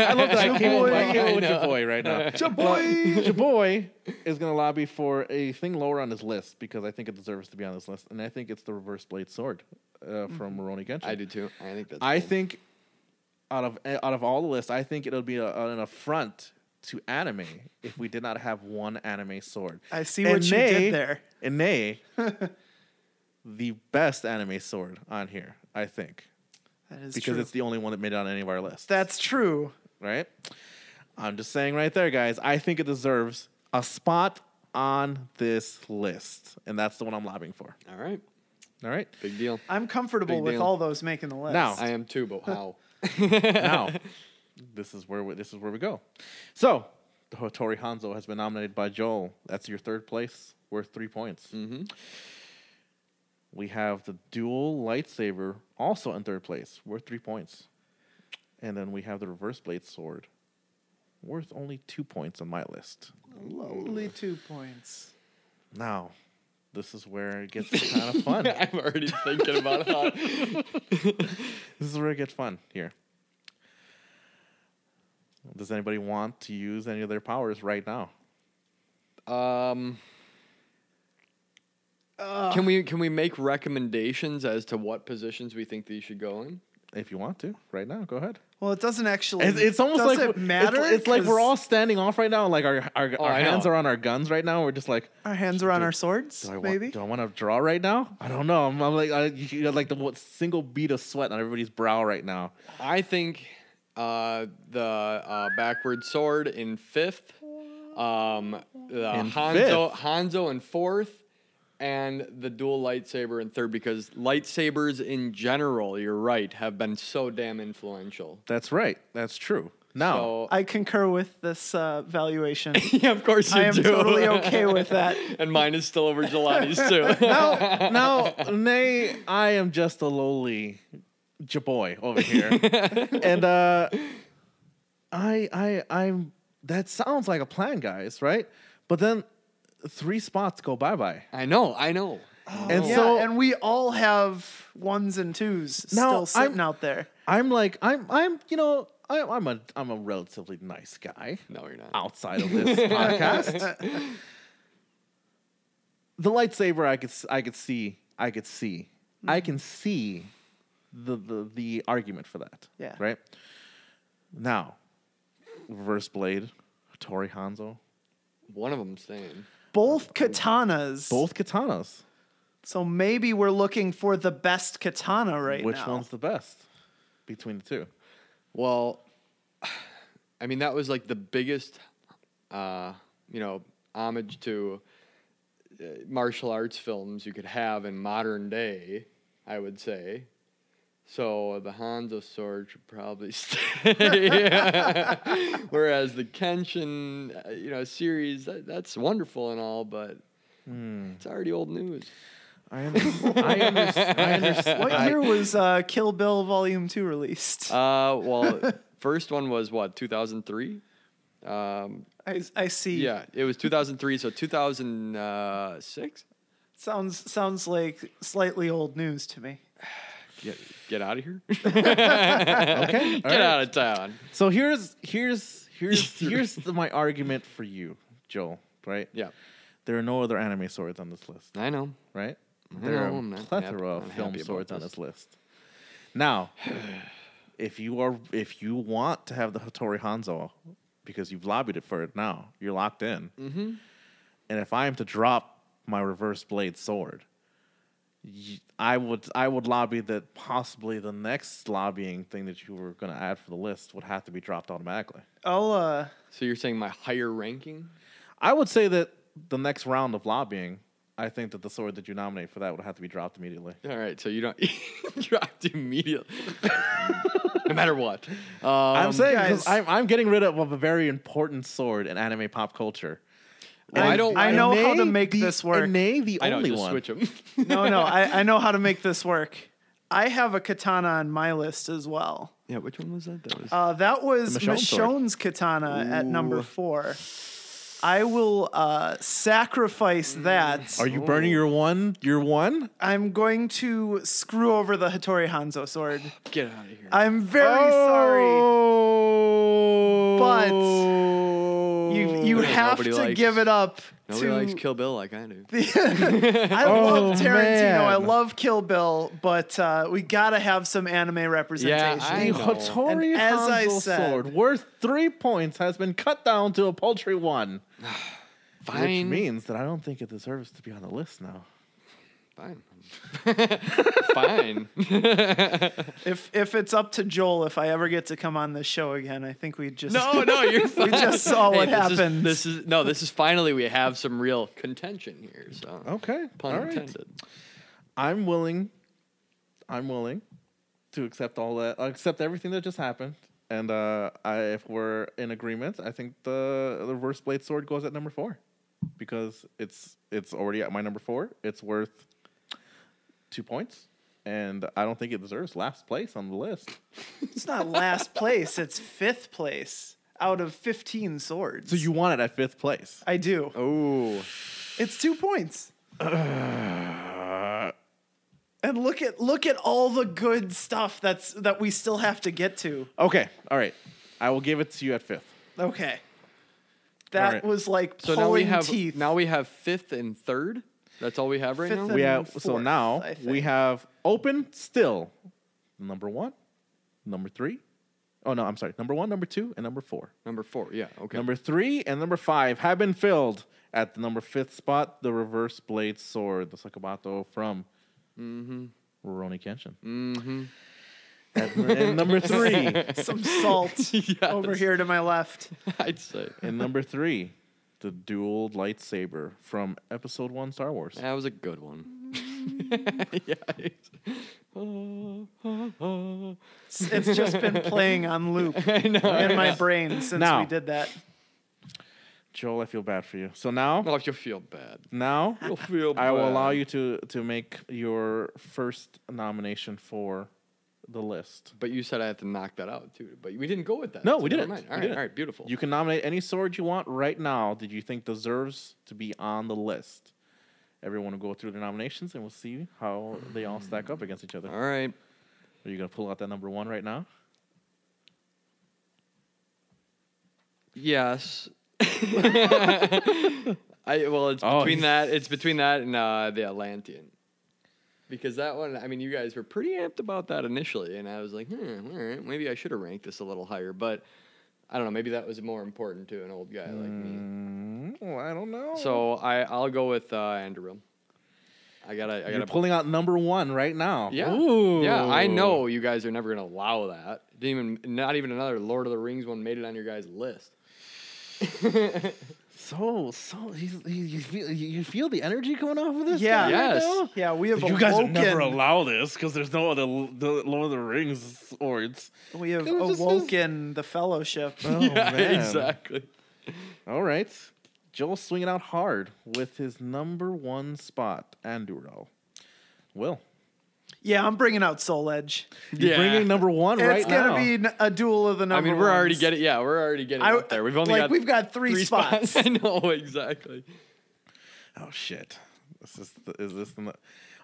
[SPEAKER 2] I love that. I came up, I came up with Jaboy right now. Jaboy. Jaboy is going to lobby for a thing lower on his list because I think it deserves to be on this list, and I think it's the reverse blade sword uh, from Moroni Genshin.
[SPEAKER 3] Mm-hmm. I do too. I think that's.
[SPEAKER 2] I
[SPEAKER 3] cool.
[SPEAKER 2] think out of out of all the lists, I think it'll be a, an affront to anime if we did not have one anime sword.
[SPEAKER 4] I see what you did there.
[SPEAKER 2] And they, the best anime sword on here, I think,
[SPEAKER 4] That is
[SPEAKER 2] because
[SPEAKER 4] true.
[SPEAKER 2] it's the only one that made it on any of our lists.
[SPEAKER 4] That's true.
[SPEAKER 2] right. I'm just saying right there, guys. I think it deserves a spot on this list, and that's the one I'm lobbying for.
[SPEAKER 3] All right.
[SPEAKER 2] All right.
[SPEAKER 3] Big deal.
[SPEAKER 4] I'm comfortable
[SPEAKER 3] Big
[SPEAKER 4] with
[SPEAKER 3] deal.
[SPEAKER 4] all those making the list.
[SPEAKER 2] Now,
[SPEAKER 3] I am too, but how?
[SPEAKER 2] now, this is where we, this is where we go. So, Tori Hanzo has been nominated by Joel. That's your third place, worth three points. Mm-hmm. We have the dual lightsaber, also in third place, worth three points. And then we have the reverse blade sword, worth only two points on my list.
[SPEAKER 4] Only two points.
[SPEAKER 2] Now, this is where it gets kind of fun.
[SPEAKER 3] I'm already thinking about how.
[SPEAKER 2] This is where it gets fun here. Does anybody want to use any of their powers right now?
[SPEAKER 3] Um, can we can we make recommendations as to what positions we think these should go in?
[SPEAKER 2] If you want to, right now, go ahead.
[SPEAKER 4] Well, it doesn't actually.
[SPEAKER 2] It's, it's almost
[SPEAKER 4] does
[SPEAKER 2] like
[SPEAKER 4] it
[SPEAKER 2] we-
[SPEAKER 4] matter.
[SPEAKER 2] It's, it's like we're
[SPEAKER 4] 'Cause
[SPEAKER 2] all standing off right now, and like our our, our
[SPEAKER 3] I
[SPEAKER 2] hands
[SPEAKER 3] know.
[SPEAKER 2] are on our guns right now. We're just like,
[SPEAKER 4] our hands are on our swords.
[SPEAKER 2] do I
[SPEAKER 4] maybe.
[SPEAKER 2] want do I want to draw right now? I don't know. I'm, I'm like I, you got like the what, single bead of sweat on everybody's brow right now.
[SPEAKER 3] I think uh, the uh, backward sword in fifth, um, the
[SPEAKER 2] In
[SPEAKER 3] Hanzo Hanzo in fourth, and the dual lightsaber in third because lightsabers in general, you're right, have been so damn influential.
[SPEAKER 2] That's right. That's true. Now,
[SPEAKER 3] So
[SPEAKER 4] I concur with this uh, valuation.
[SPEAKER 3] yeah, of course you
[SPEAKER 4] I am
[SPEAKER 3] do.
[SPEAKER 4] totally okay with that.
[SPEAKER 3] and mine is still over Gelati's too.
[SPEAKER 2] now, now, nay, I am just a lowly jaboy over here, and uh, I, I, I'm. That sounds like a plan, guys, right? But then, three spots go bye bye.
[SPEAKER 3] I know, I know.
[SPEAKER 2] and
[SPEAKER 4] yeah,
[SPEAKER 2] so
[SPEAKER 4] and we all have ones and twos
[SPEAKER 2] Now,
[SPEAKER 4] still sitting
[SPEAKER 2] I'm-
[SPEAKER 4] out there.
[SPEAKER 2] I'm like I'm I'm you know I, I'm a I'm a relatively nice guy
[SPEAKER 3] No, you're not.
[SPEAKER 2] outside of this podcast. The lightsaber I could s- I could see I could see I can see the the the argument for that.
[SPEAKER 4] Yeah.
[SPEAKER 2] Right. Now, reverse blade, Tori Hanzo,
[SPEAKER 3] One of them staying.
[SPEAKER 4] Both katanas.
[SPEAKER 2] both katanas.
[SPEAKER 4] So maybe we're looking for the best katana right
[SPEAKER 2] Which
[SPEAKER 4] now.
[SPEAKER 2] one's the best between the two?
[SPEAKER 3] Well, I mean that was like the biggest, uh, you know, homage to uh, martial arts films you could have in modern day. I would say. So the Hanzo sword should probably stay, whereas the Kenshin, uh, you know, series that, that's wonderful and all, but it's already old news.
[SPEAKER 2] I understand. I understand. I understand.
[SPEAKER 4] What year was uh, Kill Bill Volume Two released?
[SPEAKER 3] Uh, well, first one was what 2003. Um,
[SPEAKER 4] I, I see.
[SPEAKER 3] Yeah, it was 2003, so 2006.
[SPEAKER 4] Sounds sounds like slightly old news to me.
[SPEAKER 3] Get get out of here.
[SPEAKER 2] Okay.
[SPEAKER 3] get out of town.
[SPEAKER 2] So here's here's here's here's the, my argument for you, Joel. Right?
[SPEAKER 3] Yeah,
[SPEAKER 2] There are no other anime swords on this list,
[SPEAKER 3] I know.
[SPEAKER 2] right?
[SPEAKER 3] I
[SPEAKER 2] There
[SPEAKER 3] know, Oh, I'm
[SPEAKER 2] are a
[SPEAKER 3] not
[SPEAKER 2] plethora
[SPEAKER 3] happy-
[SPEAKER 2] of
[SPEAKER 3] not
[SPEAKER 2] film
[SPEAKER 3] happy about
[SPEAKER 2] swords on
[SPEAKER 3] this.
[SPEAKER 2] this list. Now, if you are if you want to have the Hattori Hanzo, because you've lobbied it for it now, you're locked in. Mm-hmm. And if I am to drop my reverse blade sword, y- I would I would lobby that possibly the next lobbying thing that you were going to add for the list would have to be dropped automatically.
[SPEAKER 4] I'll uh,
[SPEAKER 3] So you're saying my higher ranking?
[SPEAKER 2] I would say that the next round of lobbying, I think that the sword that you nominate for that would have to be dropped immediately.
[SPEAKER 3] All right, so you don't dropped immediately, no matter what. Um,
[SPEAKER 2] I'm saying 'cause
[SPEAKER 4] guys-
[SPEAKER 2] I'm, I'm getting rid of, of a very important sword in anime pop culture.
[SPEAKER 3] well, I
[SPEAKER 4] I'm-
[SPEAKER 3] don't.
[SPEAKER 4] I
[SPEAKER 3] I
[SPEAKER 2] And
[SPEAKER 3] know.
[SPEAKER 4] know- how to
[SPEAKER 2] nay
[SPEAKER 4] make
[SPEAKER 2] the-
[SPEAKER 4] this work.
[SPEAKER 2] and Nay, the
[SPEAKER 3] I know.
[SPEAKER 2] only
[SPEAKER 3] Just
[SPEAKER 2] one.
[SPEAKER 3] switch them.
[SPEAKER 4] no no I, I know how to make this work. I have a katana on my list as well.
[SPEAKER 3] Yeah, which one was that? That was
[SPEAKER 4] Uh, that was
[SPEAKER 2] The Michonne sword.
[SPEAKER 4] Michonne's katana at number
[SPEAKER 3] Ooh.
[SPEAKER 4] four. I will uh, sacrifice that.
[SPEAKER 2] Are you burning your one? Your one?
[SPEAKER 4] I'm going to screw over the Hattori Hanzo sword.
[SPEAKER 3] get out of here.
[SPEAKER 4] I'm very
[SPEAKER 3] Oh.
[SPEAKER 4] sorry.
[SPEAKER 2] But
[SPEAKER 4] You you
[SPEAKER 3] Nobody
[SPEAKER 4] have to
[SPEAKER 3] likes-
[SPEAKER 4] give it up.
[SPEAKER 3] Nobody
[SPEAKER 4] to,
[SPEAKER 3] likes Kill Bill like I do.
[SPEAKER 4] I love Tarantino. I
[SPEAKER 2] man.
[SPEAKER 4] love Kill Bill, but uh, we gotta have some anime representation.
[SPEAKER 3] I know.
[SPEAKER 2] Hattori
[SPEAKER 4] And as I
[SPEAKER 2] Hanzo
[SPEAKER 4] said-
[SPEAKER 2] sword worth three points has been cut down to a paltry one,
[SPEAKER 3] Fine.
[SPEAKER 2] which means that I don't think it deserves to be on the list now.
[SPEAKER 3] Fine. Fine.
[SPEAKER 4] If if it's up to Joel, if I ever get to come on this show again, I think we just
[SPEAKER 3] No, no, you're fine.
[SPEAKER 4] we just saw what
[SPEAKER 3] Hey, this is-
[SPEAKER 4] happened.
[SPEAKER 3] this is no, this is finally we have some real contention here. So
[SPEAKER 2] Okay,
[SPEAKER 3] pun
[SPEAKER 2] Oh, all right.
[SPEAKER 3] intended.
[SPEAKER 2] I'm willing. I'm willing to accept all that, accept everything that just happened. And uh, I, if we're in agreement, I think the the reverse blade sword goes at number four because it's it's already at my number four. It's worth two points, and I don't think it deserves last place on the list.
[SPEAKER 4] it's not last place; it's fifth place out of fifteen swords.
[SPEAKER 2] So you want it at fifth place?
[SPEAKER 4] I do.
[SPEAKER 3] Oh,
[SPEAKER 4] It's two points. and look at look at all the good stuff that's that we still have to get to.
[SPEAKER 2] Okay, all right. I will give it to you at fifth.
[SPEAKER 4] Okay. That
[SPEAKER 2] right.
[SPEAKER 4] was like
[SPEAKER 3] so
[SPEAKER 4] pulling
[SPEAKER 3] now we have
[SPEAKER 4] teeth.
[SPEAKER 3] now we have fifth and third. That's all we have right
[SPEAKER 4] Fifth
[SPEAKER 3] now.
[SPEAKER 4] and-
[SPEAKER 2] We have
[SPEAKER 4] Fourth,
[SPEAKER 2] so now
[SPEAKER 4] I
[SPEAKER 2] we
[SPEAKER 4] think.
[SPEAKER 2] have open still number one, number three. Oh no, I'm sorry. Number one, number two, and number four.
[SPEAKER 3] Number four. Yeah. Okay.
[SPEAKER 2] Number three and number five have been filled. At the number fifth spot, the reverse blade sword, the Sakabato from Rurouni Kenshin. At- and number three,
[SPEAKER 4] some salt over here to my left.
[SPEAKER 3] I'd say
[SPEAKER 2] and number three, the dual lightsaber from Episode One Star Wars.
[SPEAKER 3] that was a good one. yeah. it's- Oh, oh, oh.
[SPEAKER 4] It's, it's just been playing on loop
[SPEAKER 3] I know.
[SPEAKER 4] in my brain since
[SPEAKER 2] Now.
[SPEAKER 4] we did that.
[SPEAKER 2] Joel, I feel bad for you. So now,
[SPEAKER 3] Oh, you'll feel bad.
[SPEAKER 2] now
[SPEAKER 3] You'll feel bad.
[SPEAKER 2] I will allow you to to make your first nomination for the list.
[SPEAKER 3] But you said I have to knock that out too. But we didn't go with that.
[SPEAKER 2] No,
[SPEAKER 3] so
[SPEAKER 2] we
[SPEAKER 3] never
[SPEAKER 2] didn't.
[SPEAKER 3] mind.
[SPEAKER 2] We
[SPEAKER 3] All right,
[SPEAKER 2] didn't.
[SPEAKER 3] all right, beautiful.
[SPEAKER 2] You can nominate any sword you want right now that you think deserves to be on the list. Everyone will go through the nominations and we'll see how they all stack up against each other.
[SPEAKER 3] all right.
[SPEAKER 2] Are you gonna pull out that number one right now?
[SPEAKER 3] Yes. I well, it's
[SPEAKER 2] Oh,
[SPEAKER 3] between
[SPEAKER 2] he's-
[SPEAKER 3] that. It's between that and uh, the Atlantean, because that one. I mean, you guys were pretty amped about that initially, and I was like, hmm, all right, maybe I should have ranked this a little higher, but I don't know. Maybe that was more important to an old guy like me.
[SPEAKER 2] Mm. Well, I don't know.
[SPEAKER 3] So I I'll go with uh, Anduril. I gotta I
[SPEAKER 2] you're
[SPEAKER 3] gotta
[SPEAKER 2] pulling out number one right now.
[SPEAKER 3] Yeah.
[SPEAKER 2] Ooh.
[SPEAKER 3] Yeah, I know you guys are never gonna allow that. Didn't even not even another Lord of the Rings one made it on your guys' list.
[SPEAKER 2] So so he's, he, you feel you feel the energy coming off of this?
[SPEAKER 4] Yeah.
[SPEAKER 2] guy right
[SPEAKER 3] Yes.
[SPEAKER 2] now?
[SPEAKER 4] Yeah, we have
[SPEAKER 2] You guys would
[SPEAKER 4] awoken.
[SPEAKER 2] never allow this because there's no other L- the Lord of the Rings swords.
[SPEAKER 4] we have
[SPEAKER 2] It was just-
[SPEAKER 4] awoken the fellowship.
[SPEAKER 2] Oh,
[SPEAKER 3] yeah, exactly.
[SPEAKER 2] All right. Joel swinging out hard with his number one spot, Anduril. Will.
[SPEAKER 4] Yeah, I'm bringing out Soul Edge.
[SPEAKER 2] You're
[SPEAKER 3] Yeah.
[SPEAKER 2] bringing number one
[SPEAKER 4] It's
[SPEAKER 2] right
[SPEAKER 4] gonna
[SPEAKER 2] now.
[SPEAKER 4] be n- a duel of the
[SPEAKER 3] I
[SPEAKER 4] number.
[SPEAKER 3] mean, we're already
[SPEAKER 4] ones.
[SPEAKER 3] getting yeah, we're already getting
[SPEAKER 4] I-
[SPEAKER 3] up there. We've only
[SPEAKER 4] like,
[SPEAKER 3] got
[SPEAKER 4] we've got three, spots.
[SPEAKER 3] I know exactly.
[SPEAKER 2] oh, shit. This is, the, is this the.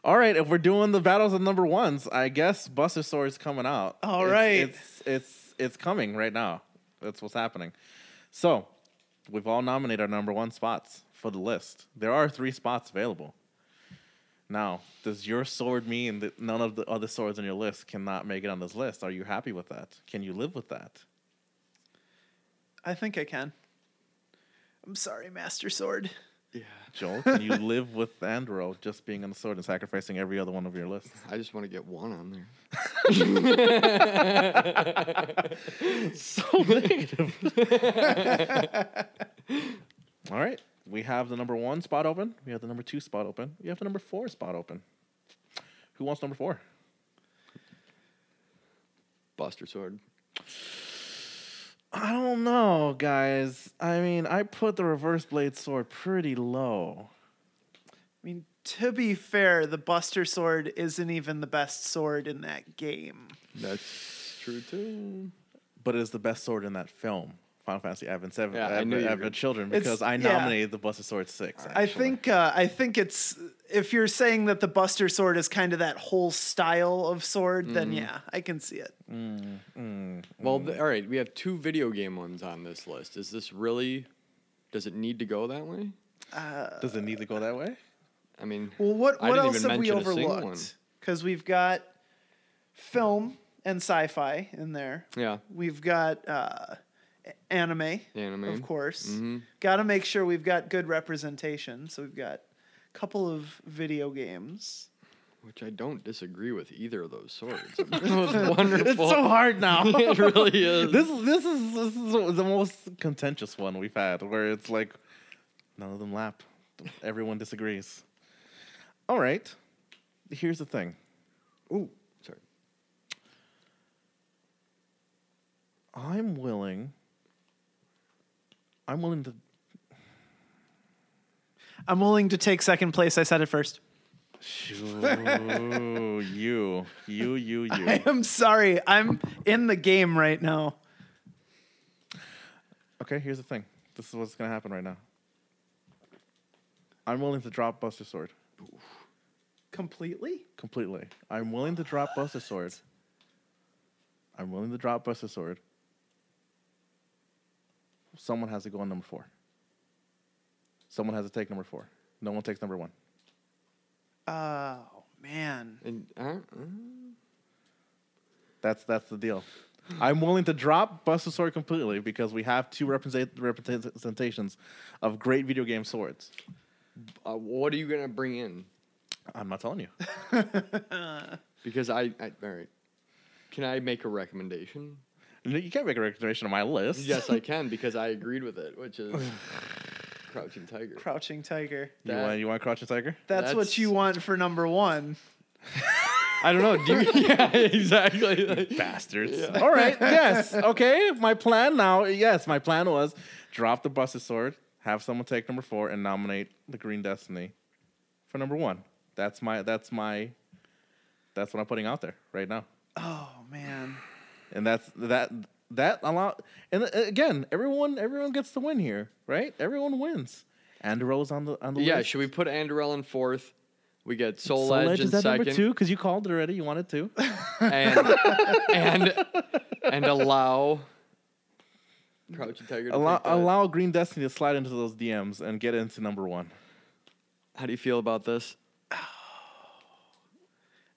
[SPEAKER 2] All right, if we're doing the battles of number ones, I guess Buster is coming out.
[SPEAKER 4] All
[SPEAKER 2] All right,
[SPEAKER 4] right.
[SPEAKER 2] It's, it's, it's coming right now. That's what's happening. So, we've all nominated our number one spots for the list. There are three spots available. Now, does your sword mean that none of the other swords on your list cannot make it on this list? Are you happy with that? Can you live with that?
[SPEAKER 4] I think I can. I'm sorry, Master Sword.
[SPEAKER 3] Yeah.
[SPEAKER 2] Joel, can you live with Andro just being on the sword and sacrificing every other one of your lists?
[SPEAKER 3] I just want to get one on there.
[SPEAKER 2] So negative. All right. We have the number one spot open. We have the number two spot open. We have the number four spot open. Who wants number four?
[SPEAKER 3] Buster sword.
[SPEAKER 2] I don't know, guys. I mean, I put the reverse blade sword pretty low.
[SPEAKER 4] I mean, to be fair, the Buster Sword isn't even the best sword in that game.
[SPEAKER 3] That's true too.
[SPEAKER 2] but it is the best sword in that film, Final Fantasy Advent Seven,
[SPEAKER 3] Yeah, I knew
[SPEAKER 2] Advent,
[SPEAKER 3] you were
[SPEAKER 2] Advent
[SPEAKER 3] gonna-
[SPEAKER 2] Children,
[SPEAKER 4] It's-
[SPEAKER 2] because I
[SPEAKER 4] yeah.
[SPEAKER 2] nominated the Buster Sword Six.
[SPEAKER 4] I
[SPEAKER 2] actually.
[SPEAKER 4] think uh, I think it's if you're saying that the Buster Sword is kind of that whole style of sword, then
[SPEAKER 3] Mm-hmm.
[SPEAKER 4] yeah, I can see it.
[SPEAKER 3] Well, th- all right, we have two video game ones on this list. Is this really? Does it need to go that way?
[SPEAKER 2] does it need to go that way?
[SPEAKER 3] I mean,
[SPEAKER 4] Well, what
[SPEAKER 3] I
[SPEAKER 4] what
[SPEAKER 3] didn't
[SPEAKER 4] else
[SPEAKER 3] even
[SPEAKER 4] have we
[SPEAKER 3] mention a single one.
[SPEAKER 4] overlooked? Because we've got film and sci-fi in there.
[SPEAKER 3] Yeah.
[SPEAKER 4] We've got uh, a- anime,
[SPEAKER 3] Anime. Mm-hmm.
[SPEAKER 4] of course. Got to make sure we've got good representation. So we've got a couple of video games.
[SPEAKER 3] Which I don't disagree with either of those swords. it's wonderful.
[SPEAKER 2] It's so hard now.
[SPEAKER 3] it really is.
[SPEAKER 2] this this is this is the most contentious one we've had, where it's like none of them lap. Everyone disagrees. All right, here's the thing.
[SPEAKER 3] Ooh, sorry.
[SPEAKER 2] I'm willing. I'm willing to.
[SPEAKER 4] I'm willing to take second place. I said it first.
[SPEAKER 2] Ooh, you, you, you, you.
[SPEAKER 4] I am sorry. I'm in the game right now.
[SPEAKER 2] Okay, here's the thing. This is what's gonna happen right now. I'm willing to drop Buster Sword
[SPEAKER 4] Completely?
[SPEAKER 2] completely. I'm willing to drop Buster Sword. I'm willing to drop Buster Sword. Someone has to go on number four. Someone has to take number four. No one takes number one.
[SPEAKER 4] Oh, man.
[SPEAKER 3] And uh, uh,
[SPEAKER 2] That's that's the deal. I'm willing to drop Buster Sword completely because we have two represent- representations of great video game swords.
[SPEAKER 3] uh, what are you gonna bring in?
[SPEAKER 2] I'm not telling you.
[SPEAKER 3] Because I, I all right. Can I make a recommendation?
[SPEAKER 2] No, You can't make a recommendation on my list.
[SPEAKER 3] Yes, I can because I agreed with it, which is Crouching Tiger.
[SPEAKER 4] Crouching Tiger.
[SPEAKER 2] You
[SPEAKER 3] That-
[SPEAKER 2] want you want Crouching Tiger?
[SPEAKER 4] That's, what
[SPEAKER 3] That's-
[SPEAKER 4] you want for number one.
[SPEAKER 3] I don't know. Do you, yeah, exactly. Like,
[SPEAKER 2] Bastards. All right. Yes. Okay. My plan now. Yes, my plan was drop the Buster Sword, have someone take number four, and nominate the Green Destiny for number one. That's my. That's my. That's what I'm putting out there right now.
[SPEAKER 4] Oh, man.
[SPEAKER 2] and that's that that allow and uh, again everyone everyone gets to win here right everyone wins Andero's on the on the
[SPEAKER 3] yeah,
[SPEAKER 2] list.
[SPEAKER 3] should we put Andorel in fourth? We get Soul,
[SPEAKER 2] Soul
[SPEAKER 3] Edge,
[SPEAKER 2] Edge
[SPEAKER 3] in
[SPEAKER 2] is at number
[SPEAKER 3] second,
[SPEAKER 2] two because you called it already you wanted to
[SPEAKER 3] and and and allow Crouching Tiger. To
[SPEAKER 2] allow
[SPEAKER 3] take that.
[SPEAKER 2] allow Green Destiny to slide into those DMs and get into number one
[SPEAKER 3] How do you feel about this?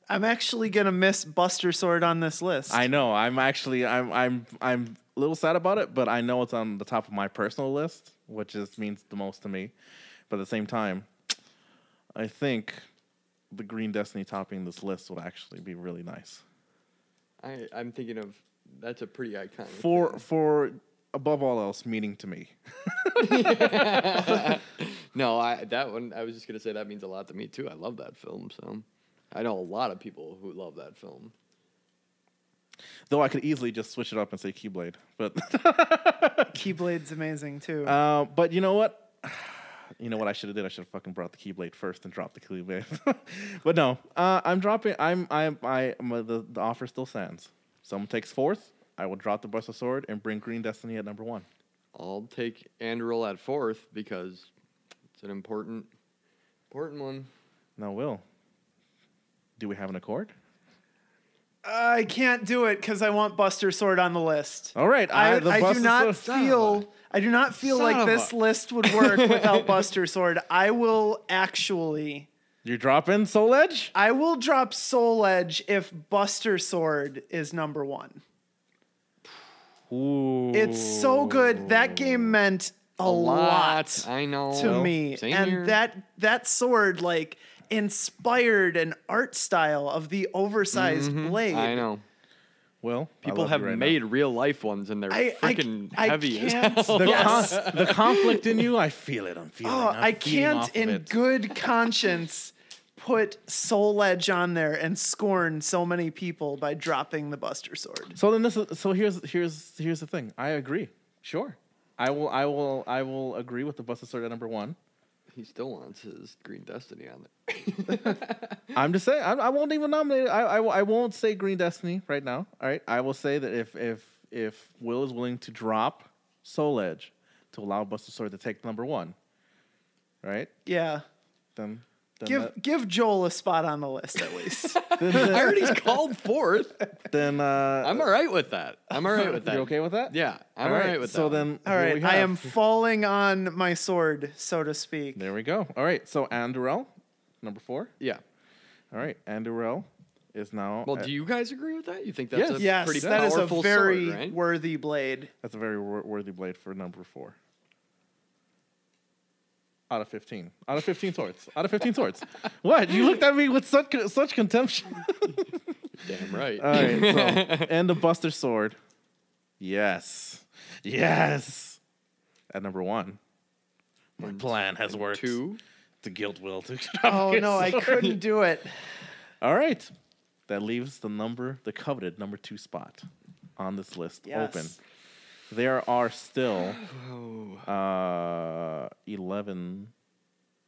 [SPEAKER 4] I'm actually going to miss Buster Sword on this list.
[SPEAKER 2] I know I'm actually I'm I'm I'm a little sad about it but I know it's on the top of my personal list which is means the most to me but at the same time I think the Green Destiny topping this list would actually be really nice.
[SPEAKER 3] I I'm thinking of that's a pretty iconic.
[SPEAKER 2] for for above all else meaning to me
[SPEAKER 3] No, I that one I was just gonna say that means a lot to me too. I love that film, so I know a lot of people who love that film.
[SPEAKER 2] though i could easily just switch it up and say keyblade but
[SPEAKER 4] Keyblade's amazing, too.
[SPEAKER 2] uh, but you know what you know what i should have did i should have fucking brought the keyblade first and dropped the keyblade but no uh, i'm dropping i'm i'm i am the, the offer still stands someone takes fourth i will drop the Buster sword and bring green destiny at number one
[SPEAKER 3] I'll take Andrel at fourth because it's an important important one.
[SPEAKER 2] now will do we have an accord
[SPEAKER 4] I can't do it because I want Buster Sword on the list.
[SPEAKER 2] all right
[SPEAKER 4] I,
[SPEAKER 2] the
[SPEAKER 4] I do
[SPEAKER 2] Buster Sword-
[SPEAKER 4] not feel I do not feel
[SPEAKER 3] Son
[SPEAKER 4] like
[SPEAKER 3] of
[SPEAKER 4] this
[SPEAKER 3] a-
[SPEAKER 4] list would work without Buster Sword. I will actually
[SPEAKER 2] you're dropping soul edge
[SPEAKER 4] I will drop Soul Edge if Buster Sword is number one.
[SPEAKER 2] Ooh.
[SPEAKER 4] It's so good. That game meant a, lot,
[SPEAKER 3] I know.
[SPEAKER 4] to me,
[SPEAKER 3] Same
[SPEAKER 4] and
[SPEAKER 3] here.
[SPEAKER 4] that that sword like inspired an art style of the oversized blade.
[SPEAKER 3] Mm-hmm. I know.
[SPEAKER 2] well I
[SPEAKER 3] People
[SPEAKER 2] love you
[SPEAKER 3] have
[SPEAKER 2] right now.
[SPEAKER 3] made real life ones and they're
[SPEAKER 4] I, I,
[SPEAKER 3] freaking
[SPEAKER 4] I
[SPEAKER 3] heavy as
[SPEAKER 4] can't-
[SPEAKER 3] hell.
[SPEAKER 2] The, con- the conflict in you, I feel it. I'm feeling.
[SPEAKER 4] Oh,
[SPEAKER 2] I'm
[SPEAKER 4] I
[SPEAKER 2] feeding off
[SPEAKER 4] can't,
[SPEAKER 2] of
[SPEAKER 4] in
[SPEAKER 2] it.
[SPEAKER 4] good conscience, put Soul Edge on there and scorn so many people by dropping the Buster Sword.
[SPEAKER 2] So then this is so here's here's here's the thing. I agree. Sure, I will I will I will agree with the Buster Sword at number one.
[SPEAKER 3] He still wants his Green Destiny on there.
[SPEAKER 2] I'm just saying. I, I won't even nominate. it. I, I I won't say Green Destiny right now. All right. I will say that if if if Will is willing to drop Soul Edge to allow Buster Sword to take number one, right?
[SPEAKER 4] Yeah.
[SPEAKER 2] Then, then
[SPEAKER 4] Give
[SPEAKER 2] that-
[SPEAKER 4] give Joel a spot on the list at least.
[SPEAKER 2] then,
[SPEAKER 3] I
[SPEAKER 2] then,
[SPEAKER 3] already called fourth.
[SPEAKER 2] then, uh,
[SPEAKER 3] I'm all right with that. I'm all right with that.
[SPEAKER 2] you okay with that?
[SPEAKER 3] Yeah, I'm all
[SPEAKER 2] All
[SPEAKER 3] right. with that.
[SPEAKER 2] so
[SPEAKER 3] one.
[SPEAKER 2] then,
[SPEAKER 4] All
[SPEAKER 2] here
[SPEAKER 4] right,
[SPEAKER 2] we
[SPEAKER 4] I
[SPEAKER 2] have-
[SPEAKER 4] am falling on my sword, so to speak.
[SPEAKER 2] There we go. All right. So Andurel, number four.
[SPEAKER 3] yeah.
[SPEAKER 2] All right. Andurel is now.
[SPEAKER 3] Well,
[SPEAKER 2] at-
[SPEAKER 3] do you guys agree with that? You think that's
[SPEAKER 2] Yes.
[SPEAKER 3] a pretty
[SPEAKER 4] Yes, that is a
[SPEAKER 3] powerful
[SPEAKER 4] very
[SPEAKER 3] sword, right?
[SPEAKER 4] worthy blade.
[SPEAKER 2] that's a very wor- worthy blade for number four. Out of fifteen. Out of fifteen swords. Out of fifteen swords. What? You looked at me with such such contempt.
[SPEAKER 3] Damn right.
[SPEAKER 2] All right. So, and the Buster Sword. Yes. Yes. At number one. My plan has worked.
[SPEAKER 3] Two.
[SPEAKER 2] The guilt will to.
[SPEAKER 4] Oh no, I couldn't do it.
[SPEAKER 2] All right. That leaves the number, the coveted number two spot on this list
[SPEAKER 4] Yes.
[SPEAKER 2] open. There are still uh, 11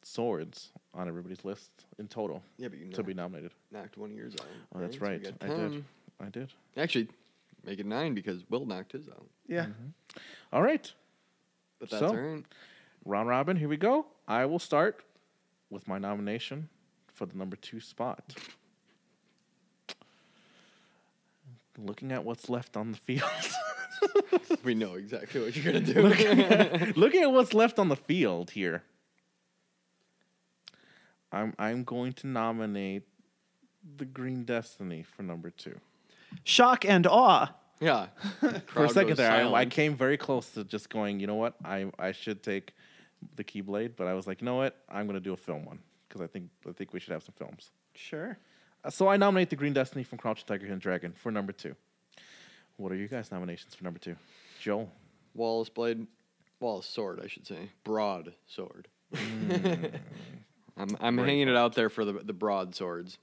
[SPEAKER 2] swords on everybody's list in total
[SPEAKER 3] Yeah, but you
[SPEAKER 2] to be nominated.
[SPEAKER 3] knocked one of yours out.
[SPEAKER 2] Oh, that's
[SPEAKER 3] So we
[SPEAKER 2] right.
[SPEAKER 3] got
[SPEAKER 2] I did.
[SPEAKER 3] 10.
[SPEAKER 2] I did.
[SPEAKER 3] Actually, make it nine because Will knocked his out.
[SPEAKER 4] Yeah.
[SPEAKER 2] Mm-hmm. All right.
[SPEAKER 3] But that's
[SPEAKER 2] So?
[SPEAKER 3] all right.
[SPEAKER 2] Round robin, here we go. I will start with my nomination for the number two spot. Looking at what's left on the field.
[SPEAKER 3] We know exactly what you're gonna do.
[SPEAKER 2] Looking at what's left on the field here, I'm I'm going to nominate the Green Destiny for number two.
[SPEAKER 4] Shock and awe.
[SPEAKER 3] yeah.
[SPEAKER 2] For a second there, I, I came very close to just going. You know what? I I should take the Keyblade, but I was like, you know what? I'm going to do a film one because I think I think we should have some films.
[SPEAKER 4] Sure.
[SPEAKER 2] Uh, So I nominate the Green Destiny from Crouching Tiger, Hidden Dragon for number two. What are you guys' nominations for number two? Joel.
[SPEAKER 3] Wallace blade, Wallace sword, I should say, broad sword.
[SPEAKER 2] Mm.
[SPEAKER 3] I'm I'm hanging it out there for the the broad swords.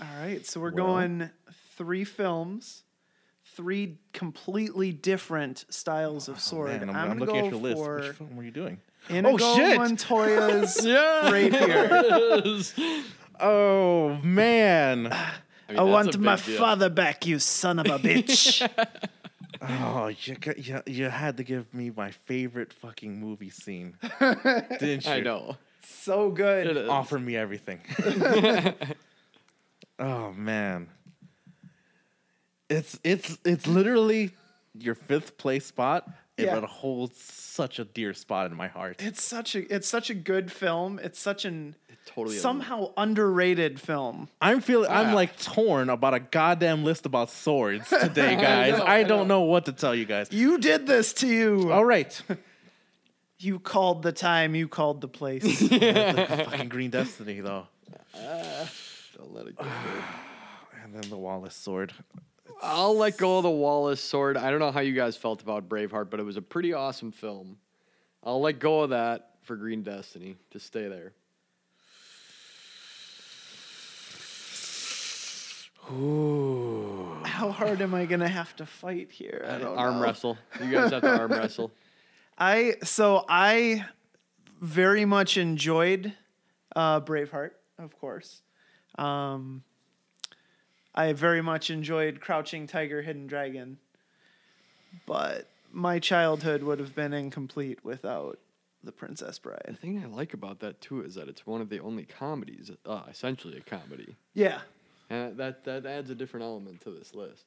[SPEAKER 4] All right, so we're
[SPEAKER 2] Well-
[SPEAKER 4] going three films, three completely different styles of sword.
[SPEAKER 2] Oh, Man, I'm,
[SPEAKER 4] I'm,
[SPEAKER 2] I'm
[SPEAKER 4] gonna
[SPEAKER 2] looking at
[SPEAKER 4] go
[SPEAKER 2] your list.
[SPEAKER 4] for
[SPEAKER 2] Which film were you doing?
[SPEAKER 4] Inigo
[SPEAKER 2] shit!
[SPEAKER 4] Montoya's
[SPEAKER 3] Yeah.
[SPEAKER 4] rapier.
[SPEAKER 2] Oh man.
[SPEAKER 4] I want my father back, you son of a bitch.
[SPEAKER 2] Oh, you, g- you you had to give me my favorite fucking movie scene, didn't you?
[SPEAKER 3] I know.
[SPEAKER 4] so good.
[SPEAKER 3] It is.
[SPEAKER 2] Offer me everything. oh man, it's it's it's literally your fifth place spot, it
[SPEAKER 4] Yeah.
[SPEAKER 2] but it holds such a dear spot in my heart.
[SPEAKER 4] It's such a it's such a good film. It's such an
[SPEAKER 3] Totally.
[SPEAKER 4] somehow underrated film.
[SPEAKER 2] I'm feeling I'm
[SPEAKER 3] Yeah.
[SPEAKER 2] like torn about a goddamn list about swords today, guys. I,
[SPEAKER 3] know, I
[SPEAKER 2] don't know what to tell you guys.
[SPEAKER 4] You did this to you.
[SPEAKER 2] All right,
[SPEAKER 4] You called the time. You called the place.
[SPEAKER 2] fucking Green Destiny though.
[SPEAKER 3] Don't let it go.
[SPEAKER 2] And then the Wallace sword.
[SPEAKER 3] I'll let go of the Wallace sword. I don't know how you guys felt about Braveheart, but it was a pretty awesome film. I'll let go of that for Green Destiny. Just stay there.
[SPEAKER 4] How hard am I gonna have to fight here? I don't
[SPEAKER 3] Arm
[SPEAKER 4] know.
[SPEAKER 3] wrestle. You guys have to arm wrestle.
[SPEAKER 4] I so I very much enjoyed uh, Braveheart, of course. Um, I very much enjoyed Crouching Tiger, Hidden Dragon, but my childhood would have been incomplete without The Princess
[SPEAKER 3] The
[SPEAKER 4] Bride.
[SPEAKER 3] thing I like about that too is that it's one of the only comedies, uh, essentially a comedy,
[SPEAKER 4] Yeah,
[SPEAKER 3] and that that adds a different element to this list.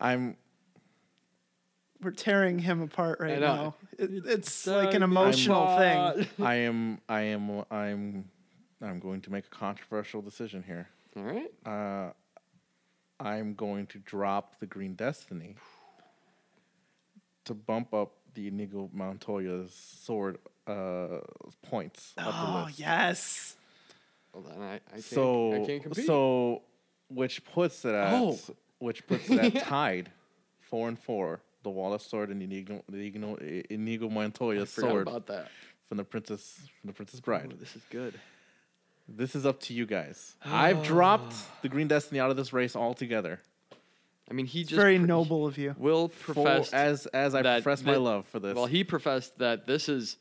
[SPEAKER 2] I'm
[SPEAKER 4] we're tearing him apart
[SPEAKER 3] I
[SPEAKER 4] right
[SPEAKER 3] know.
[SPEAKER 4] now. It, it's like an emotional thing.
[SPEAKER 2] I am I am I'm I'm going to make a controversial decision here.
[SPEAKER 3] All right.
[SPEAKER 2] I'm going to drop the Green Destiny to bump up the Inigo Montoya's sword uh, points up the
[SPEAKER 4] Oh
[SPEAKER 2] list.
[SPEAKER 4] yes,
[SPEAKER 3] Well, then I, I can't,
[SPEAKER 2] So
[SPEAKER 3] I can't compete.
[SPEAKER 2] so which puts it at
[SPEAKER 3] Oh.
[SPEAKER 2] which puts it at tied four and four. The Wallace sword and the Inigo, the Inigo, Inigo Montoya's
[SPEAKER 3] forgot
[SPEAKER 2] sword
[SPEAKER 3] about that.
[SPEAKER 2] from the Princess from the Princess Bride.
[SPEAKER 3] Oh, this is good.
[SPEAKER 2] This is up to you guys. I've dropped the Green Destiny out of this race altogether.
[SPEAKER 3] I mean, he just
[SPEAKER 4] Very
[SPEAKER 3] pr-
[SPEAKER 4] noble of you.
[SPEAKER 3] Will
[SPEAKER 2] Full-
[SPEAKER 3] professed
[SPEAKER 2] as as I
[SPEAKER 3] that
[SPEAKER 2] profess
[SPEAKER 3] thi-
[SPEAKER 2] my love for this.
[SPEAKER 3] Well, he professed that this is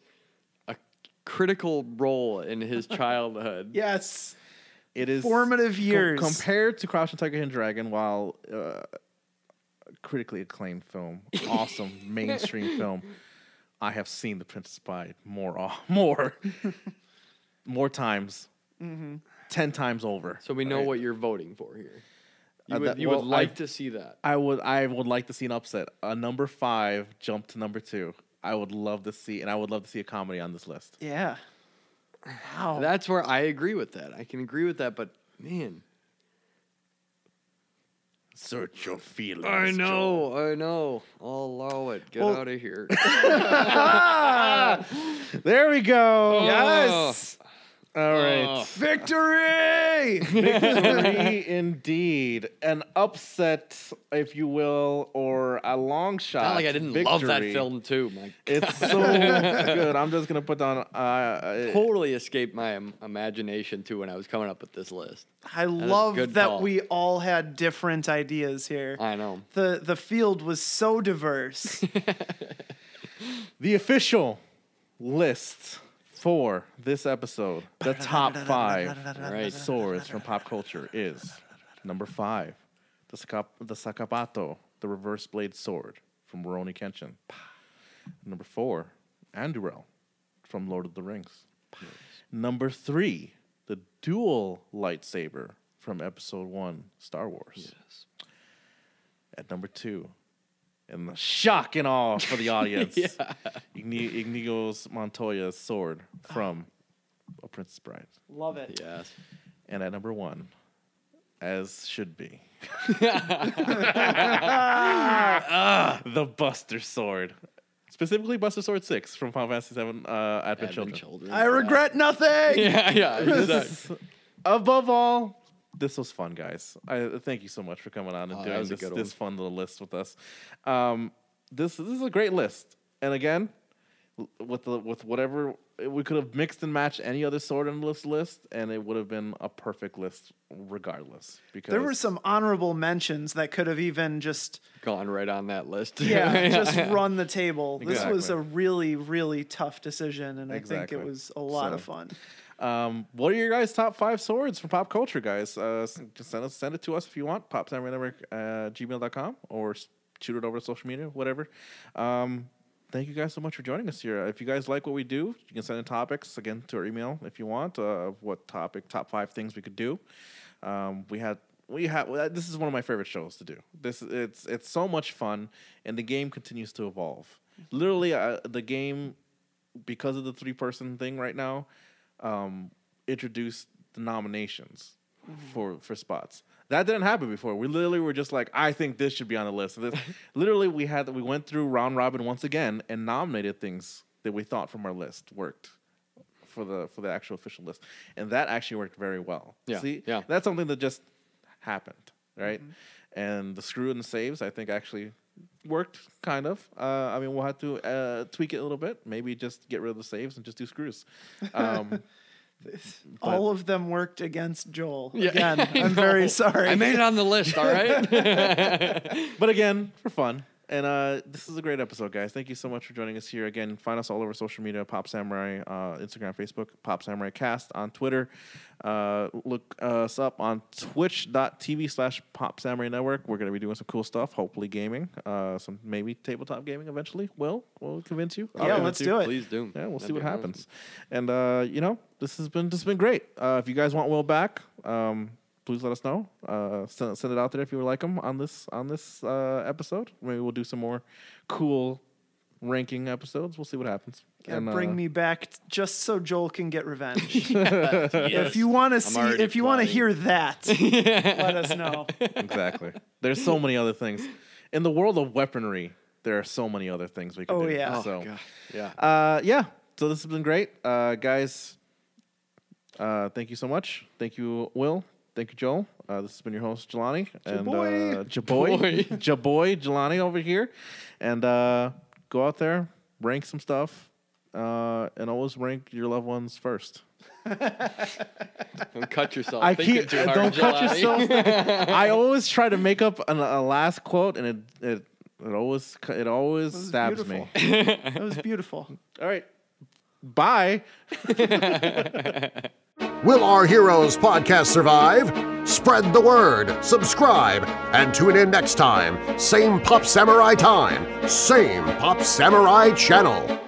[SPEAKER 3] a critical role in his childhood.
[SPEAKER 4] Yes.
[SPEAKER 2] it is
[SPEAKER 4] formative years.
[SPEAKER 2] compared to Crouching Tiger and Dragon. While uh, critically acclaimed film, awesome mainstream film, I have seen The Princess Bride more o- more more times, ten times over.
[SPEAKER 3] So we know
[SPEAKER 2] right?
[SPEAKER 3] what you're voting for here. You
[SPEAKER 2] Uh,
[SPEAKER 3] would,
[SPEAKER 2] that-
[SPEAKER 3] you
[SPEAKER 2] well,
[SPEAKER 3] would like
[SPEAKER 2] I've-
[SPEAKER 3] to see that.
[SPEAKER 2] I would I would like to see an upset. A number five jump to number two. I would love to see, and I would love to see a comedy on this list.
[SPEAKER 4] Yeah. Wow.
[SPEAKER 3] That's where I agree with that. I can agree with that, but man,
[SPEAKER 2] Search your feelings.
[SPEAKER 3] I
[SPEAKER 2] Joel.
[SPEAKER 3] know, I know. I'll allow it. Get
[SPEAKER 4] Well-
[SPEAKER 3] out of here.
[SPEAKER 2] There we go.
[SPEAKER 3] Oh.
[SPEAKER 4] yes.
[SPEAKER 2] All right.
[SPEAKER 4] Victory.
[SPEAKER 2] Victory indeed. An upset, if you will, or a long shot.
[SPEAKER 3] Not like I didn't love that
[SPEAKER 2] victory.
[SPEAKER 3] film too. My
[SPEAKER 2] It's so good. I'm just gonna put down. Uh, uh,
[SPEAKER 3] totally escaped my im- imagination too when I was coming up with this list.
[SPEAKER 4] I love
[SPEAKER 3] good
[SPEAKER 4] that,
[SPEAKER 3] call.
[SPEAKER 4] we all had different ideas here.
[SPEAKER 3] I know.
[SPEAKER 4] the the field was so diverse.
[SPEAKER 2] the official list for this episode, the top five.
[SPEAKER 3] Right.
[SPEAKER 2] swords from pop culture is number five, the, Saka- the Sakabato, the reverse blade sword from Rurouni Kenshin. Number four, Anduril from Lord of the Rings. Number three, the dual lightsaber from Episode One, Star Wars. At number two, and the shock and awe for the audience, Igne- Inigo's Montoya's sword from A Princess Bride.
[SPEAKER 4] Love it.
[SPEAKER 3] Yes.
[SPEAKER 2] And at number one, as should be, Ah, the Buster Sword. Specifically, Buster Sword 6 from Final Fantasy 7 uh, Advent
[SPEAKER 3] Advent
[SPEAKER 2] Children.
[SPEAKER 3] children.
[SPEAKER 4] I regret nothing.
[SPEAKER 3] Yeah, yeah. exactly.
[SPEAKER 2] This- Above all, this was fun, guys. I thank you so much for coming on and
[SPEAKER 3] Oh, that
[SPEAKER 2] doing
[SPEAKER 3] was a
[SPEAKER 2] this,
[SPEAKER 3] good
[SPEAKER 2] this fun little list with us. Um, this this is a great list, and again, l- with the with whatever we could have mixed and matched any other sword on this list, and it would have been a perfect list regardless. Because
[SPEAKER 4] There were some honorable mentions that could have even just
[SPEAKER 3] Gone right on that list.
[SPEAKER 4] yeah, just run the table. This was
[SPEAKER 2] Exactly.
[SPEAKER 4] a really really tough decision and I think
[SPEAKER 2] Exactly.
[SPEAKER 4] it was a lot of
[SPEAKER 2] So-
[SPEAKER 4] fun.
[SPEAKER 2] Um, what are your guys' top five swords from pop culture, guys? Uh, s- just send us send it to us if you want. Poptimeranetwork uh, gmail.com or s- shoot it over to social media, whatever. Um, thank you guys so much for joining us here. If you guys like what we do, you can send in topics again to our email if you want. Uh, of what topic? Top five things we could do. Um, we had. We have well, this is one of my favorite shows to do. This it's it's so much fun, and the game continues to evolve. Literally, uh, the game because of the three person thing right now, um, introduced the nominations for for spots. That didn't happen before. We literally were just like, I think this should be on the list. This- literally, we had we went through round robin once again and nominated things that we thought from our list worked for the for the actual official list, and that actually worked very well.
[SPEAKER 3] Yeah,
[SPEAKER 2] See,
[SPEAKER 3] yeah.
[SPEAKER 2] that's something that just happened, right? And the screw and saves, I think, actually worked kind of. Uh, I mean, we'll have to uh, tweak it a little bit. Maybe just get rid of the saves and just do screws. Um,
[SPEAKER 4] All of them worked against Joel.
[SPEAKER 3] Yeah.
[SPEAKER 4] Again, I'm very sorry.
[SPEAKER 3] I made it on the list, all right?
[SPEAKER 2] but again, for fun. And uh, this is a great episode, guys. Thank you so much for joining us here. Again, find us all over social media Pop Samurai, uh, Instagram, Facebook, Pop Samurai Cast on Twitter. Uh, look us up on twitch.tv slash Pop Samurai Network. We're going to be doing some cool stuff, hopefully gaming, uh, some maybe tabletop gaming eventually. Will, we'll convince you. I'll
[SPEAKER 4] yeah,
[SPEAKER 2] convince
[SPEAKER 4] let's
[SPEAKER 2] you.
[SPEAKER 4] do it.
[SPEAKER 3] Please do.
[SPEAKER 2] Yeah, we'll see
[SPEAKER 3] That'd be
[SPEAKER 2] what
[SPEAKER 3] awesome.
[SPEAKER 2] happens. And uh, you know, this has been this has been great. Uh, if you guys want Will back, um, please let us know. Uh, send, send it out there if you would like him on this on this uh, episode. Maybe we'll do some more cool ranking episodes. We'll see what happens.
[SPEAKER 4] Gotta
[SPEAKER 2] And,
[SPEAKER 4] bring
[SPEAKER 2] uh,
[SPEAKER 4] me back t- just so Joel can get revenge.
[SPEAKER 3] Yes.
[SPEAKER 4] If you want to see,
[SPEAKER 3] already
[SPEAKER 4] if you want to
[SPEAKER 3] plotting.
[SPEAKER 4] hear that, let us know.
[SPEAKER 2] exactly. There's so many other things in the world of weaponry. There are so many other things we can
[SPEAKER 4] Oh,
[SPEAKER 2] do.
[SPEAKER 4] yeah. Oh,
[SPEAKER 2] So,
[SPEAKER 3] God. Yeah.
[SPEAKER 2] uh, yeah. So this has been great, uh, guys. Uh, thank you so much. Thank you, Will. Thank you, Joel. Uh, this has been your host, Jelani, and uh,
[SPEAKER 4] Jaboy.
[SPEAKER 2] Jaboy, Jaboy, Jelani over here, and uh, go out there, rank some stuff, uh, and always rank your loved ones first.
[SPEAKER 3] Don't cut yourself.
[SPEAKER 2] I
[SPEAKER 3] Thinking
[SPEAKER 2] keep
[SPEAKER 3] too hard,
[SPEAKER 2] don't cut
[SPEAKER 3] Jelani.
[SPEAKER 2] yourself. I always try to make up an, a last quote, and it it it always cu- it always
[SPEAKER 4] was
[SPEAKER 2] stabs me.
[SPEAKER 4] That was beautiful.
[SPEAKER 2] All right, bye.
[SPEAKER 1] Will Our Heroes podcast survive? Spread the word, subscribe, and tune in next time. Same Pop Samurai time, same Pop Samurai channel.